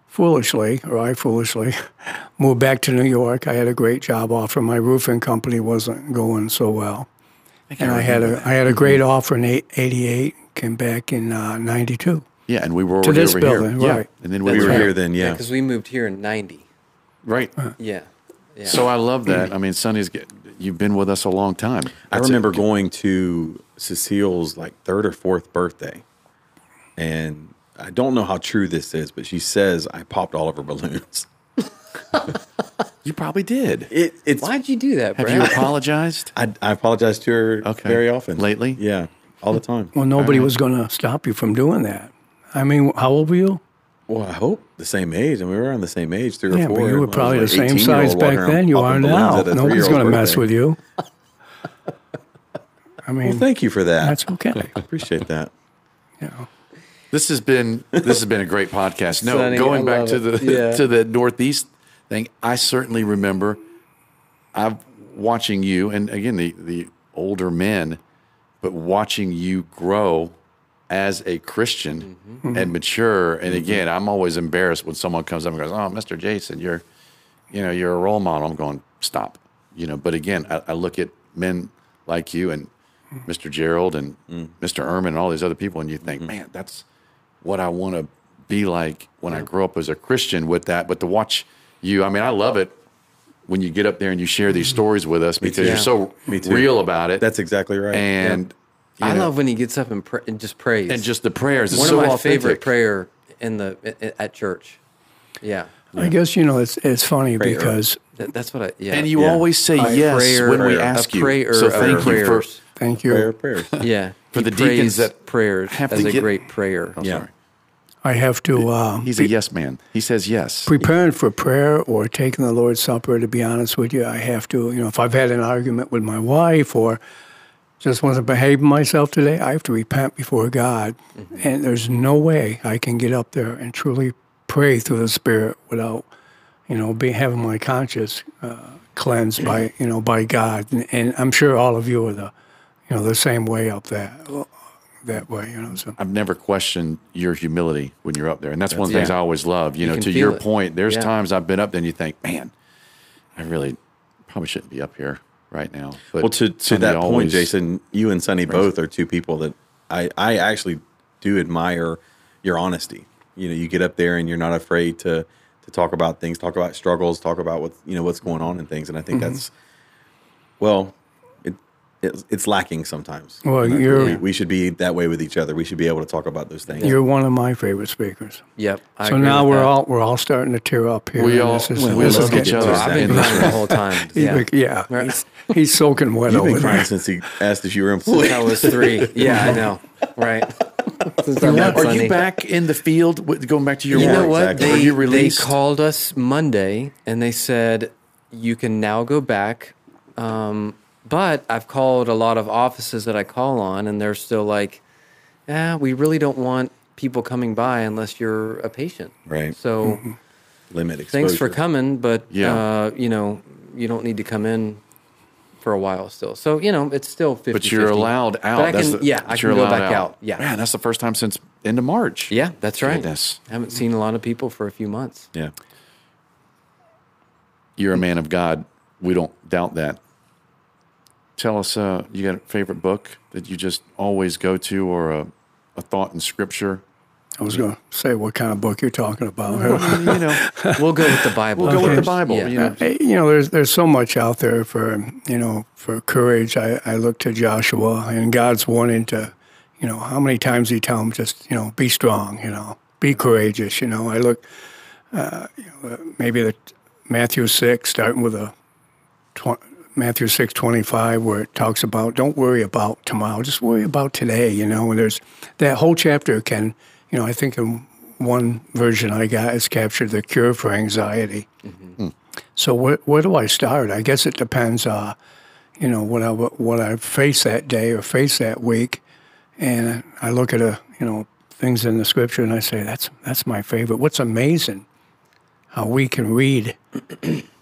[SPEAKER 4] foolishly or i foolishly [laughs] moved back to new york i had a great job offer my roofing company wasn't going so well and i had a I had a
[SPEAKER 2] Mm-hmm.
[SPEAKER 4] great offer in eight- 88 came back in uh, 92
[SPEAKER 1] yeah, and we were already
[SPEAKER 4] this
[SPEAKER 1] over
[SPEAKER 4] building,
[SPEAKER 1] here.
[SPEAKER 4] right.
[SPEAKER 1] Yeah, and then we
[SPEAKER 2] We
[SPEAKER 1] were
[SPEAKER 2] were
[SPEAKER 1] here.
[SPEAKER 2] here then, yeah.
[SPEAKER 3] because we moved here in ninety.
[SPEAKER 1] Right.
[SPEAKER 3] Yeah. Yeah.
[SPEAKER 1] So I love that. I mean, Sonny's. get- You've been with us a long time.
[SPEAKER 2] I
[SPEAKER 1] That's a-
[SPEAKER 2] remember going to Cecile's like third or fourth birthday. And I don't know how true this is, but she says I popped all of her balloons.
[SPEAKER 1] You probably did.
[SPEAKER 2] It, it's
[SPEAKER 3] why'd you do that,
[SPEAKER 1] Have you
[SPEAKER 3] Brad?
[SPEAKER 1] apologized?
[SPEAKER 2] I, I apologize to her
[SPEAKER 1] Okay.
[SPEAKER 2] very often.
[SPEAKER 1] Lately?
[SPEAKER 2] Yeah. All the time.
[SPEAKER 4] well nobody
[SPEAKER 2] Uh-huh.
[SPEAKER 4] was going to stop you from doing that i mean how old were you
[SPEAKER 2] Well, I hope the same age. I mean, we were around the same age, three
[SPEAKER 4] yeah
[SPEAKER 2] or four.
[SPEAKER 4] but you were
[SPEAKER 2] I was
[SPEAKER 4] probably
[SPEAKER 2] like
[SPEAKER 4] the same
[SPEAKER 2] 18-year-old
[SPEAKER 4] size
[SPEAKER 2] walking
[SPEAKER 4] back
[SPEAKER 2] around
[SPEAKER 4] then you are
[SPEAKER 2] popping balloons
[SPEAKER 4] now
[SPEAKER 2] at a
[SPEAKER 4] nobody's
[SPEAKER 2] three-year-old's
[SPEAKER 4] going to mess
[SPEAKER 2] birthday. [laughs]
[SPEAKER 4] with you i mean
[SPEAKER 2] Well, thank you for that.
[SPEAKER 4] that's okay
[SPEAKER 2] I appreciate that.
[SPEAKER 4] you know.
[SPEAKER 1] [laughs] This has been this has been a great podcast. No,
[SPEAKER 3] Sonny,
[SPEAKER 1] going
[SPEAKER 3] I
[SPEAKER 1] back
[SPEAKER 3] love
[SPEAKER 1] to
[SPEAKER 3] it.
[SPEAKER 1] the
[SPEAKER 3] Yeah.
[SPEAKER 1] [laughs] to the northeast thing, I certainly remember I watching you and again the the older men, but watching you grow as a Christian
[SPEAKER 2] Mm-hmm.
[SPEAKER 1] and mature. And again, I'm always embarrassed when someone comes up and goes, "Oh, Mr. Jason, you're you know you're a role model." I'm going, "Stop," you know. But again, I, I look at men like you and Mr. Gerald and
[SPEAKER 2] Mm.
[SPEAKER 1] Mr. Ehrman and all these other people, and you
[SPEAKER 2] Mm-hmm.
[SPEAKER 1] think, "Man, that's." what I want to be like when I grow up as a Christian with that. But to watch you, I mean, I love it when you get up there and you share these stories with us because
[SPEAKER 2] too.
[SPEAKER 1] you're so
[SPEAKER 2] Mm-hmm. Me too.
[SPEAKER 1] real about it.
[SPEAKER 2] That's exactly right.
[SPEAKER 1] and
[SPEAKER 3] I love when he gets up and, pr- and just prays.
[SPEAKER 1] and just the prayers. It's
[SPEAKER 3] one
[SPEAKER 1] so
[SPEAKER 3] of my
[SPEAKER 1] authentic.
[SPEAKER 3] favorite prayer in the i- i- at church. Yeah.
[SPEAKER 4] I guess you know it's it's funny because
[SPEAKER 3] That, that's what I. Yeah.
[SPEAKER 1] And you
[SPEAKER 2] Yeah.
[SPEAKER 1] always say
[SPEAKER 3] A
[SPEAKER 1] yes
[SPEAKER 3] prayer-
[SPEAKER 1] when we
[SPEAKER 3] a
[SPEAKER 1] ask you.
[SPEAKER 3] prayer
[SPEAKER 1] so
[SPEAKER 3] of
[SPEAKER 1] thank you for
[SPEAKER 3] prayers.
[SPEAKER 4] thank you.
[SPEAKER 2] prayer,
[SPEAKER 4] [laughs]
[SPEAKER 2] prayers.
[SPEAKER 1] [laughs]
[SPEAKER 3] Yeah.
[SPEAKER 1] For
[SPEAKER 3] He
[SPEAKER 1] the deacons
[SPEAKER 3] prays
[SPEAKER 1] that
[SPEAKER 3] prayers
[SPEAKER 1] have to
[SPEAKER 3] as a
[SPEAKER 1] get-
[SPEAKER 3] great prayer.
[SPEAKER 2] Yeah.
[SPEAKER 1] Sorry.
[SPEAKER 4] I have to um,
[SPEAKER 1] He's a yes man. He says yes.
[SPEAKER 4] preparing for prayer or taking the Lord's supper. To be honest with you, I have to. You know, if I've had an argument with my wife or just wasn't behaving myself today, I have to repent before God. And there's no way I can get up there and truly pray through the Spirit without, you know, be having my conscience uh, cleansed by you know by God. And, and I'm sure all of you are the, you know, the same way up that that way. You know, so.
[SPEAKER 1] I've never questioned your humility when you're up there. And that's, one of the things
[SPEAKER 2] yeah.
[SPEAKER 1] I always love. You, know,
[SPEAKER 3] can
[SPEAKER 1] to
[SPEAKER 3] feel
[SPEAKER 1] your
[SPEAKER 3] it.
[SPEAKER 1] point, there's
[SPEAKER 3] Yeah.
[SPEAKER 1] times I've been up there and you think, man, I really probably shouldn't be up here right now. But
[SPEAKER 2] Well, to, to
[SPEAKER 1] Sonny
[SPEAKER 2] that point,
[SPEAKER 1] always-
[SPEAKER 2] Jason, you and Sonny both are two people that I, I actually do admire your honesty. You know, you get up there and you're not afraid to to talk about things, talk about struggles, talk about what you know what's going on and things. And I think
[SPEAKER 4] Mm-hmm.
[SPEAKER 2] that's well, it, it it's lacking sometimes.
[SPEAKER 4] Well,
[SPEAKER 2] And I-
[SPEAKER 4] you're-
[SPEAKER 2] we, we should be that way with each other. We should be able to talk about those things.
[SPEAKER 4] You're one of my favorite speakers.
[SPEAKER 3] Yep. I
[SPEAKER 4] so
[SPEAKER 3] agree
[SPEAKER 4] now
[SPEAKER 3] with
[SPEAKER 4] we're
[SPEAKER 3] that.
[SPEAKER 4] all we're all starting to tear up here.
[SPEAKER 1] We
[SPEAKER 4] and
[SPEAKER 1] all-
[SPEAKER 4] this is,
[SPEAKER 1] we
[SPEAKER 4] this
[SPEAKER 1] love
[SPEAKER 4] is
[SPEAKER 1] each
[SPEAKER 4] getting-
[SPEAKER 1] other.
[SPEAKER 3] I've been
[SPEAKER 1] And-
[SPEAKER 3] crying the whole time.
[SPEAKER 4] He's
[SPEAKER 3] Yeah.
[SPEAKER 4] like,
[SPEAKER 3] [laughs]
[SPEAKER 4] yeah, he's, he's soaking wet
[SPEAKER 2] You've
[SPEAKER 4] over
[SPEAKER 2] been crying
[SPEAKER 4] there.
[SPEAKER 2] since he asked if you
[SPEAKER 4] [laughs]
[SPEAKER 2] were employed.
[SPEAKER 3] I was three. Yeah, I know. Right. Since I met
[SPEAKER 1] Are
[SPEAKER 3] Sonny.
[SPEAKER 1] you back in the field? With, going back to your
[SPEAKER 3] You
[SPEAKER 2] Yeah,
[SPEAKER 1] work?
[SPEAKER 3] know what?
[SPEAKER 2] exactly.
[SPEAKER 1] Were
[SPEAKER 3] They,
[SPEAKER 1] you
[SPEAKER 3] they
[SPEAKER 1] released?
[SPEAKER 3] called us Monday and they said, you can now go back. Um, but I've called a lot of offices that I call on, and they're still like, eh, we really don't want people coming by unless you're a patient.
[SPEAKER 2] Right.
[SPEAKER 3] So
[SPEAKER 2] Limit exposure.
[SPEAKER 3] thanks for coming, but,
[SPEAKER 1] Yeah.
[SPEAKER 3] uh, you know, you don't need to come in for a while still. So, you know, it's still 50
[SPEAKER 1] but you're allowed out.
[SPEAKER 3] But I
[SPEAKER 1] That's
[SPEAKER 3] can,
[SPEAKER 1] the-
[SPEAKER 3] yeah,
[SPEAKER 1] but
[SPEAKER 3] I
[SPEAKER 1] you're
[SPEAKER 3] can go
[SPEAKER 1] allowed
[SPEAKER 3] back out. Yeah.
[SPEAKER 1] man, that's the first time since end of March.
[SPEAKER 3] Yeah, that's right.
[SPEAKER 1] Goodness.
[SPEAKER 3] Haven't seen a lot of people for a few months.
[SPEAKER 2] Yeah.
[SPEAKER 1] you're a man of God. We don't doubt that. tell us uh, you got a favorite book that you just always go to or a, a thought in scripture?
[SPEAKER 4] I was going to say what kind of book you're talking
[SPEAKER 3] [laughs]
[SPEAKER 4] about.
[SPEAKER 1] you know,
[SPEAKER 3] We'll go with the
[SPEAKER 1] [laughs]
[SPEAKER 3] Bible.
[SPEAKER 1] we'll go with the
[SPEAKER 4] Okay.
[SPEAKER 1] Bible.
[SPEAKER 3] Yeah.
[SPEAKER 1] You know,
[SPEAKER 4] Hey, Uh, you know, there's there's so much out there for you know for courage. I, I look to Joshua and God's wanting to, you know, how many times He tell him just you know be strong, you know, be courageous. You know, I look, uh, you know, maybe the Matthew six starting with a tw- Matthew six twenty five where it talks about don't worry about tomorrow, just worry about today. You know, and there's that whole chapter can, you know, I think in one version I got is captured the cure for anxiety. So where where do I start? I guess it depends, uh, you know, what I what I face that day or face that week, and I look at a you know things in the scripture and I say that's that's my favorite. What's amazing, how we can read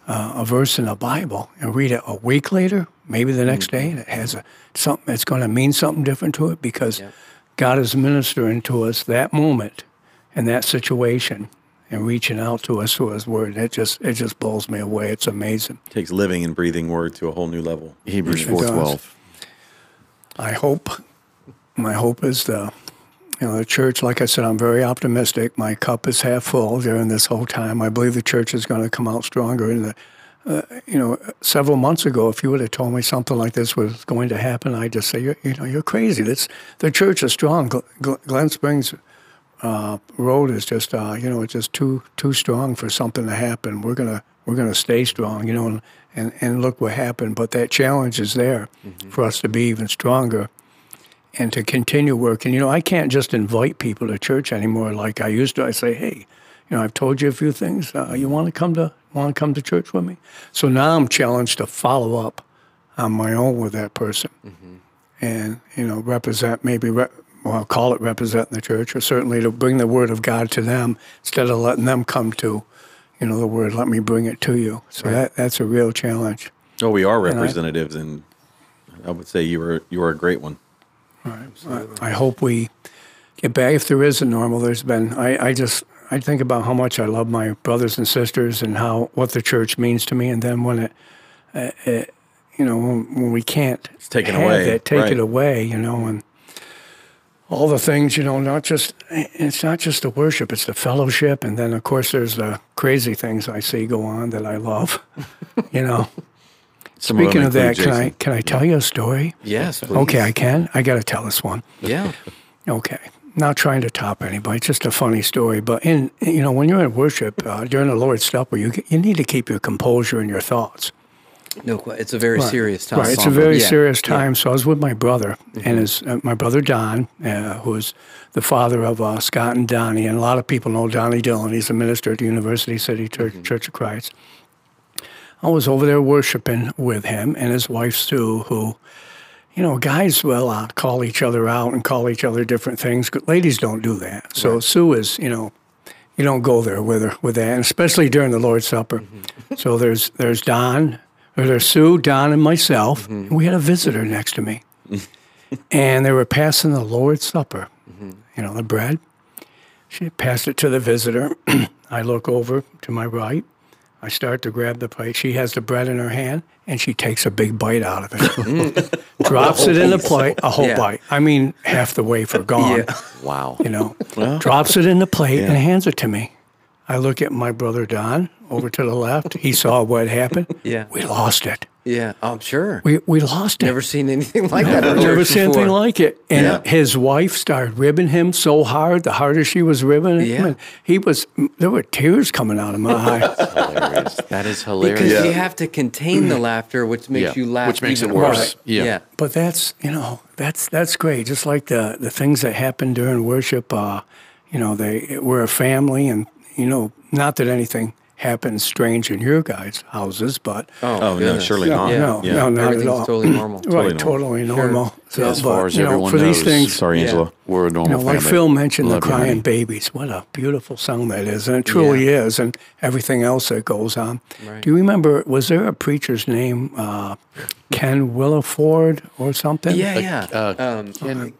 [SPEAKER 4] uh, a verse in the Bible and read it a week later, maybe the next day, and it has a something that's going to mean something different to it because God is ministering to us that moment in that situation and reaching out to us through His Word. It just it just blows me away. It's amazing.
[SPEAKER 2] takes living and breathing word to a whole new level.
[SPEAKER 1] Hebrews
[SPEAKER 4] It does.
[SPEAKER 1] four twelve.
[SPEAKER 4] I hope, my hope is the, you know, the church. Like I said, I'm very optimistic. My cup is half full during this whole time. I believe the church is going to come out stronger. And the, uh, you know, several months ago, if you would have told me something like this was going to happen, I'd just say, you're, you know, you're crazy. This the church is strong. Gl- Gl- Glen Springs. Uh, road is just uh, you know it's just too too strong for something to happen. We're gonna we're gonna stay strong, you know, and and, and look what happened. But that challenge is there for us to be even stronger and to continue working. You know, I can't just invite people to church anymore like I used to. I say, hey, you know, I've told you a few things. Uh, you want to come to want to come to church with me? So now I'm challenged to follow up on my own with that person, and you know, represent maybe. Re- well, call it representing the church, or certainly to bring the word of God to them instead of letting them come to, you know, the word. Let me bring it to you. So that, that's a real challenge.
[SPEAKER 2] Oh, we are representatives, and I would say you were you were a great one.
[SPEAKER 4] I, I hope we get back. If there is a normal, there's been. I, I just I think about how much I love my brothers and sisters and how what the church means to me. And then when it, uh, it you know, when, when we can't it's
[SPEAKER 2] taken
[SPEAKER 4] have
[SPEAKER 2] away,
[SPEAKER 4] that, take
[SPEAKER 2] right.
[SPEAKER 4] it away, you know, and all the things, you know, not just it's not just the worship, it's the fellowship, and then of course there's the crazy things I see go on that
[SPEAKER 2] [laughs]
[SPEAKER 4] I love, you know.
[SPEAKER 2] Some them
[SPEAKER 4] Speaking of that,
[SPEAKER 2] include
[SPEAKER 4] can I
[SPEAKER 2] Jason.
[SPEAKER 4] can I tell you a story?
[SPEAKER 3] Yes. Please.
[SPEAKER 4] Okay, I can. I got to tell this one.
[SPEAKER 3] Yeah.
[SPEAKER 4] Okay. Not trying to top anybody, just a funny story. But in you know, when you're in worship uh, during the Lord's Supper, you you need to keep your composure and your thoughts.
[SPEAKER 3] No, que- it's a very serious time.
[SPEAKER 4] Right, it's a
[SPEAKER 3] Somber.
[SPEAKER 4] very
[SPEAKER 3] Yeah. Mm-hmm.
[SPEAKER 4] serious time. So I was with my brother and his uh, my brother Don, uh, who is the father of uh, Scott and Donnie, and a lot of people know Donnie Dillon. He's a minister at the University City Church,
[SPEAKER 3] Mm-hmm.
[SPEAKER 4] Church of Christ. I was over there worshiping with him and his wife Sue, who, you know, guys will uh, call each other out and call each other different things. But ladies don't do that. So Sue is, you know, you don't go there with her with that, and especially during the Lord's Supper.
[SPEAKER 3] Mm-hmm.
[SPEAKER 4] so there's there's Don, or there's Sue, Don, and myself.
[SPEAKER 3] Mm-hmm.
[SPEAKER 4] And we had a visitor next
[SPEAKER 3] [laughs]
[SPEAKER 4] to me, and they were passing the Lord's Supper,
[SPEAKER 3] Mm-hmm.
[SPEAKER 4] you know, the bread. She passed it to the visitor. [clears throat] I look over to my right. I start to grab the plate. She has the bread in her hand, and she takes a big bite out of
[SPEAKER 3] [laughs]
[SPEAKER 4] it, drops it in the plate, a whole
[SPEAKER 3] Yeah.
[SPEAKER 4] bite. I mean, half the wafer gone
[SPEAKER 3] [laughs] Yeah.
[SPEAKER 1] Wow.
[SPEAKER 3] [laughs]
[SPEAKER 4] you know, drops it in the plate and hands it to me. I look at my brother Don over to the left. He saw what happened.
[SPEAKER 3] [laughs] Yeah.
[SPEAKER 4] We lost it.
[SPEAKER 3] Yeah. I'm sure.
[SPEAKER 4] We, we lost it.
[SPEAKER 3] Never seen anything like that. in
[SPEAKER 4] Never
[SPEAKER 3] church
[SPEAKER 4] seen anything
[SPEAKER 3] before.
[SPEAKER 4] like it. And
[SPEAKER 3] Yeah.
[SPEAKER 4] his wife started ribbing him so hard, the harder she was ribbing him.
[SPEAKER 3] Yeah.
[SPEAKER 4] and He was, there were tears coming out of
[SPEAKER 3] [laughs]
[SPEAKER 4] my eye.
[SPEAKER 1] Hilarious. That is
[SPEAKER 3] Because
[SPEAKER 1] hilarious.
[SPEAKER 3] you have to contain the laughter, which makes
[SPEAKER 1] Yeah.
[SPEAKER 3] you laugh.
[SPEAKER 1] Which makes it
[SPEAKER 3] even
[SPEAKER 1] worse.
[SPEAKER 3] Yeah.
[SPEAKER 1] Yeah.
[SPEAKER 4] But that's you know that's that's great. Just like the the things that happen during worship, uh, you know they we're a family, and you know not that anything happens strange in your guys' houses, but
[SPEAKER 2] Oh no,
[SPEAKER 3] goodness.
[SPEAKER 2] surely not.
[SPEAKER 4] no, no,
[SPEAKER 2] Yeah.
[SPEAKER 4] no, not at
[SPEAKER 3] Everything's
[SPEAKER 4] all.
[SPEAKER 3] totally normal.
[SPEAKER 4] [laughs] right,
[SPEAKER 2] totally
[SPEAKER 4] totally normal. So,
[SPEAKER 1] As far
[SPEAKER 4] but,
[SPEAKER 1] as
[SPEAKER 4] you know,
[SPEAKER 1] everyone
[SPEAKER 4] for
[SPEAKER 1] knows,
[SPEAKER 4] these things,
[SPEAKER 2] Sorry,
[SPEAKER 3] Yeah.
[SPEAKER 2] Angela.
[SPEAKER 1] we're a normal
[SPEAKER 4] you know, like
[SPEAKER 1] family.
[SPEAKER 4] Phil mentioned, the
[SPEAKER 1] Love you, honey.
[SPEAKER 4] crying babies. What a beautiful song that is, and it truly is, and everything else that goes on. Do you remember? Was there a preacher's name, uh, Ken Williford or something?
[SPEAKER 3] Yeah. Yeah.
[SPEAKER 1] Uh,
[SPEAKER 3] um,
[SPEAKER 1] Ken-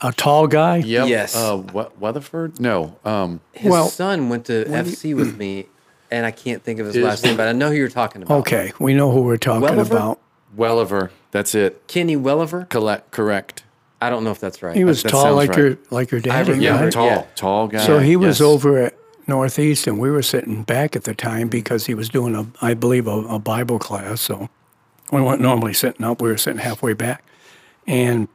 [SPEAKER 4] a tall guy.
[SPEAKER 1] yep,
[SPEAKER 3] Yes.
[SPEAKER 1] Uh, we- Weatherford? No. Um,
[SPEAKER 3] his
[SPEAKER 4] well,
[SPEAKER 3] son went to FC with me, and I can't think of his
[SPEAKER 1] Is-
[SPEAKER 3] last name, but I know who you're talking about.
[SPEAKER 4] Okay, we know who we're talking
[SPEAKER 3] Welliver?
[SPEAKER 4] about.
[SPEAKER 1] Welliver. That's it.
[SPEAKER 3] Kenny Welliver.
[SPEAKER 1] Collect, correct.
[SPEAKER 3] I don't know if that's right.
[SPEAKER 4] He was
[SPEAKER 1] that
[SPEAKER 4] tall
[SPEAKER 1] sounds
[SPEAKER 4] like
[SPEAKER 1] right.
[SPEAKER 4] your like your daddy.
[SPEAKER 3] remember
[SPEAKER 1] Yeah,
[SPEAKER 4] right?
[SPEAKER 1] tall,
[SPEAKER 3] yeah.
[SPEAKER 1] tall guy.
[SPEAKER 4] So he was
[SPEAKER 1] Yes.
[SPEAKER 4] over at Northeast, and we were sitting back at the time because he was doing a, I believe, a, a Bible class. So we weren't normally sitting up; we were sitting halfway back, and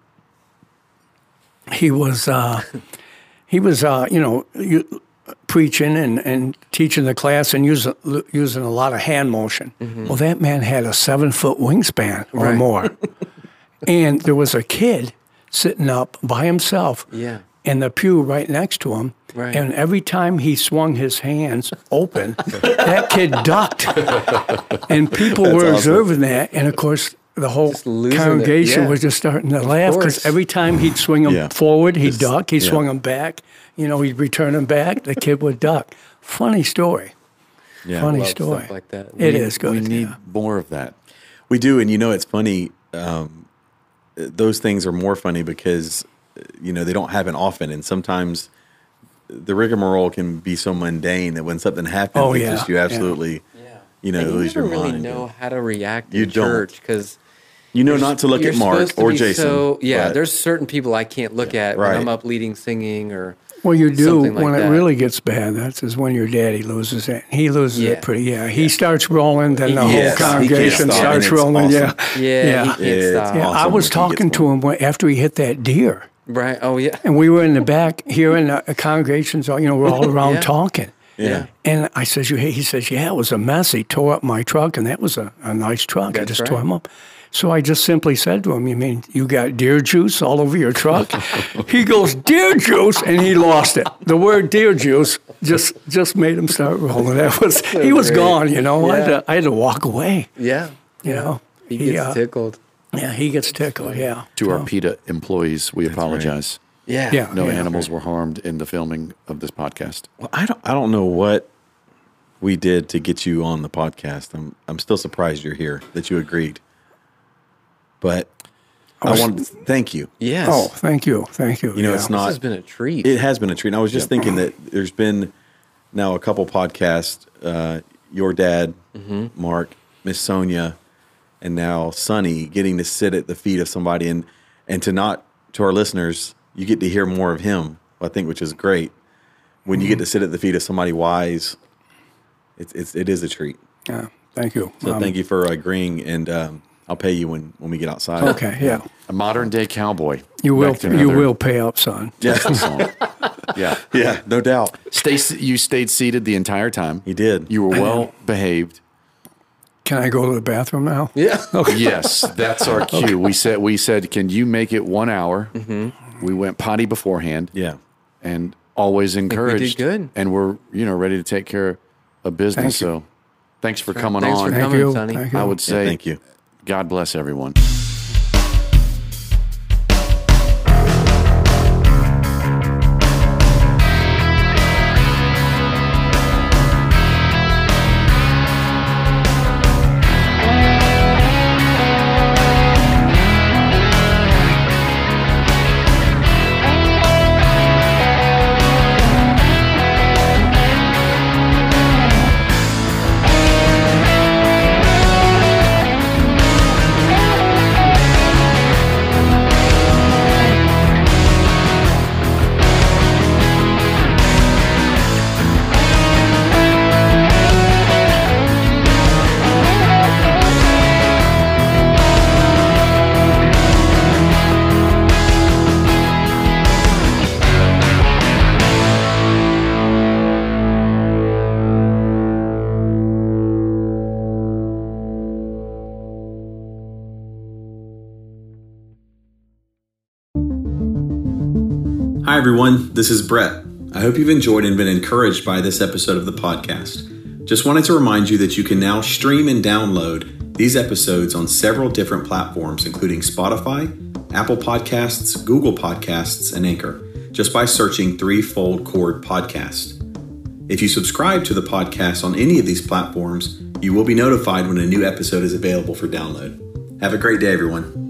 [SPEAKER 4] he was, uh, [laughs] he was, uh, you know, you, preaching and, and teaching the class and using using a lot of hand motion. Well, that man had a seven foot wingspan or
[SPEAKER 3] Right.
[SPEAKER 4] more, and there was a kid sitting up by himself
[SPEAKER 3] Yeah.
[SPEAKER 4] in the pew right next to him.
[SPEAKER 3] Right.
[SPEAKER 4] And every time he swung his hands open, that kid ducked. And people were
[SPEAKER 2] awesome.
[SPEAKER 4] observing that. And of course, the whole
[SPEAKER 3] losing it.
[SPEAKER 4] congregation
[SPEAKER 3] Yeah.
[SPEAKER 4] was just starting to laugh
[SPEAKER 3] course.
[SPEAKER 4] because every time he'd swing him
[SPEAKER 2] Yeah.
[SPEAKER 4] forward, he'd duck. He
[SPEAKER 2] yeah.
[SPEAKER 4] swung him back. You know, he'd return him back. The kid would duck. Funny story.
[SPEAKER 2] Yeah.
[SPEAKER 4] Funny
[SPEAKER 3] Love
[SPEAKER 4] story.
[SPEAKER 3] stuff like that.
[SPEAKER 4] It
[SPEAKER 3] We-
[SPEAKER 4] is good.
[SPEAKER 1] We need
[SPEAKER 4] yeah.
[SPEAKER 1] more of that.
[SPEAKER 2] We do, and you know it's funny. Um, those things are more funny because uh, you know they don't happen often, and sometimes the rigmarole can be so mundane that when something happens,
[SPEAKER 4] Oh,
[SPEAKER 2] it
[SPEAKER 4] yeah,
[SPEAKER 2] just you
[SPEAKER 4] yeah.
[SPEAKER 2] absolutely, you know,
[SPEAKER 3] And you
[SPEAKER 2] lose
[SPEAKER 3] never
[SPEAKER 2] your
[SPEAKER 3] really
[SPEAKER 2] mind.
[SPEAKER 3] know how to react
[SPEAKER 2] You
[SPEAKER 3] in
[SPEAKER 2] don't.
[SPEAKER 3] church because
[SPEAKER 2] you know not to look at Mark or Jason.
[SPEAKER 3] yeah,
[SPEAKER 2] but-
[SPEAKER 3] there's certain people I can't look at
[SPEAKER 2] right.
[SPEAKER 3] when I'm up leading singing or
[SPEAKER 4] Well, you do
[SPEAKER 3] something like
[SPEAKER 4] when
[SPEAKER 3] that.
[SPEAKER 4] it really gets bad. That's is when your daddy loses it. He loses
[SPEAKER 3] Yeah.
[SPEAKER 4] it pretty. Yeah, he starts rolling. Then the
[SPEAKER 2] Yes, he
[SPEAKER 4] whole
[SPEAKER 2] can't
[SPEAKER 4] congregation
[SPEAKER 2] stop, and
[SPEAKER 4] starts
[SPEAKER 2] it's
[SPEAKER 4] rolling.
[SPEAKER 2] awesome.
[SPEAKER 4] Yeah,
[SPEAKER 3] yeah, he can't
[SPEAKER 2] It's
[SPEAKER 3] stop.
[SPEAKER 4] Yeah, I
[SPEAKER 2] awesome if
[SPEAKER 4] was
[SPEAKER 2] he gets
[SPEAKER 4] talking to him when- after he hit that deer,
[SPEAKER 3] Right? Oh yeah,
[SPEAKER 4] and we were in the back hearing the congregations. all- You know, we're all around
[SPEAKER 3] Yeah.
[SPEAKER 4] talking.
[SPEAKER 2] yeah.
[SPEAKER 4] And I says, "You." He says, "Yeah, it was a mess. He tore up my truck, and that was a, a nice truck. I
[SPEAKER 3] That's
[SPEAKER 4] just
[SPEAKER 3] right.
[SPEAKER 4] tore him up." So I just simply said to him, "You mean you got deer juice all over your truck?" he goes, "Deer juice," and he lost it. The word "deer juice" just just made him start rolling. That was he was
[SPEAKER 3] great.
[SPEAKER 4] gone. You know, I, had
[SPEAKER 3] Yeah.
[SPEAKER 4] to, I had to walk away.
[SPEAKER 3] yeah.
[SPEAKER 4] You know,
[SPEAKER 3] He gets
[SPEAKER 4] uh,
[SPEAKER 3] tickled.
[SPEAKER 4] yeah, he gets tickled. Yeah,
[SPEAKER 1] To our PETA employees, we apologize.
[SPEAKER 3] Yeah.
[SPEAKER 4] yeah,
[SPEAKER 1] No
[SPEAKER 4] yeah.
[SPEAKER 1] animals were harmed in the filming of this podcast.
[SPEAKER 2] Well, I don't. I don't know what we did to get you on the podcast. I'm. I'm still surprised you're here. That you agreed. But I, wanted to thank you.
[SPEAKER 3] Yes.
[SPEAKER 4] Oh, thank you, thank you.
[SPEAKER 2] You know,
[SPEAKER 4] yeah.
[SPEAKER 2] it's
[SPEAKER 3] this
[SPEAKER 2] not.
[SPEAKER 3] has been a treat.
[SPEAKER 2] It has been a treat. And I was just thinking that there's been now a couple podcasts. Uh, your dad, Mark, Miss Sonia, and now Sonny getting to sit at the feet of somebody and and to not to our listeners, you get to hear more of him. I think, which is great. When you get to sit at the feet of somebody wise, it's it's it is a treat.
[SPEAKER 4] Yeah, thank you.
[SPEAKER 2] So
[SPEAKER 4] Um,
[SPEAKER 2] thank you for agreeing, and um, I'll pay you when when we get outside. [laughs]
[SPEAKER 4] Uh, Okay, yeah.
[SPEAKER 1] A modern day cowboy.
[SPEAKER 4] You will.
[SPEAKER 1] Back to
[SPEAKER 4] You
[SPEAKER 1] another
[SPEAKER 4] will pay up, son.
[SPEAKER 3] [laughs]
[SPEAKER 1] song. yeah.
[SPEAKER 2] Yeah, no doubt.
[SPEAKER 1] Stay, you stayed seated the entire time.
[SPEAKER 2] You did.
[SPEAKER 1] You were well behaved.
[SPEAKER 4] Can I go to the bathroom now?
[SPEAKER 3] yeah.
[SPEAKER 1] Yes, that's
[SPEAKER 4] [laughs]
[SPEAKER 1] our cue. We said, we said, can you make it one hour?
[SPEAKER 3] Mm-hmm.
[SPEAKER 1] We went potty beforehand.
[SPEAKER 2] Yeah.
[SPEAKER 1] and always encouraged.
[SPEAKER 3] good.
[SPEAKER 1] and we're you know ready to take care of business.
[SPEAKER 4] Thank you.
[SPEAKER 1] so, thanks for coming
[SPEAKER 3] Thanks for
[SPEAKER 1] on.
[SPEAKER 3] coming.
[SPEAKER 4] Thank you.
[SPEAKER 3] Sonny.
[SPEAKER 4] Thank you.
[SPEAKER 1] I would
[SPEAKER 2] Yeah,
[SPEAKER 1] say,
[SPEAKER 2] thank you.
[SPEAKER 1] God bless everyone.
[SPEAKER 2] Hi, everyone. This is Brett. I hope you've enjoyed and been encouraged by this episode of the podcast. Just wanted to remind you that you can now stream and download these episodes on several different platforms, including Spotify, Apple Podcasts, Google Podcasts, and Anchor, just by searching Threefold Chord Podcast. If you subscribe to the podcast on any of these platforms, you will be notified when a new episode is available for download. Have a great day, everyone.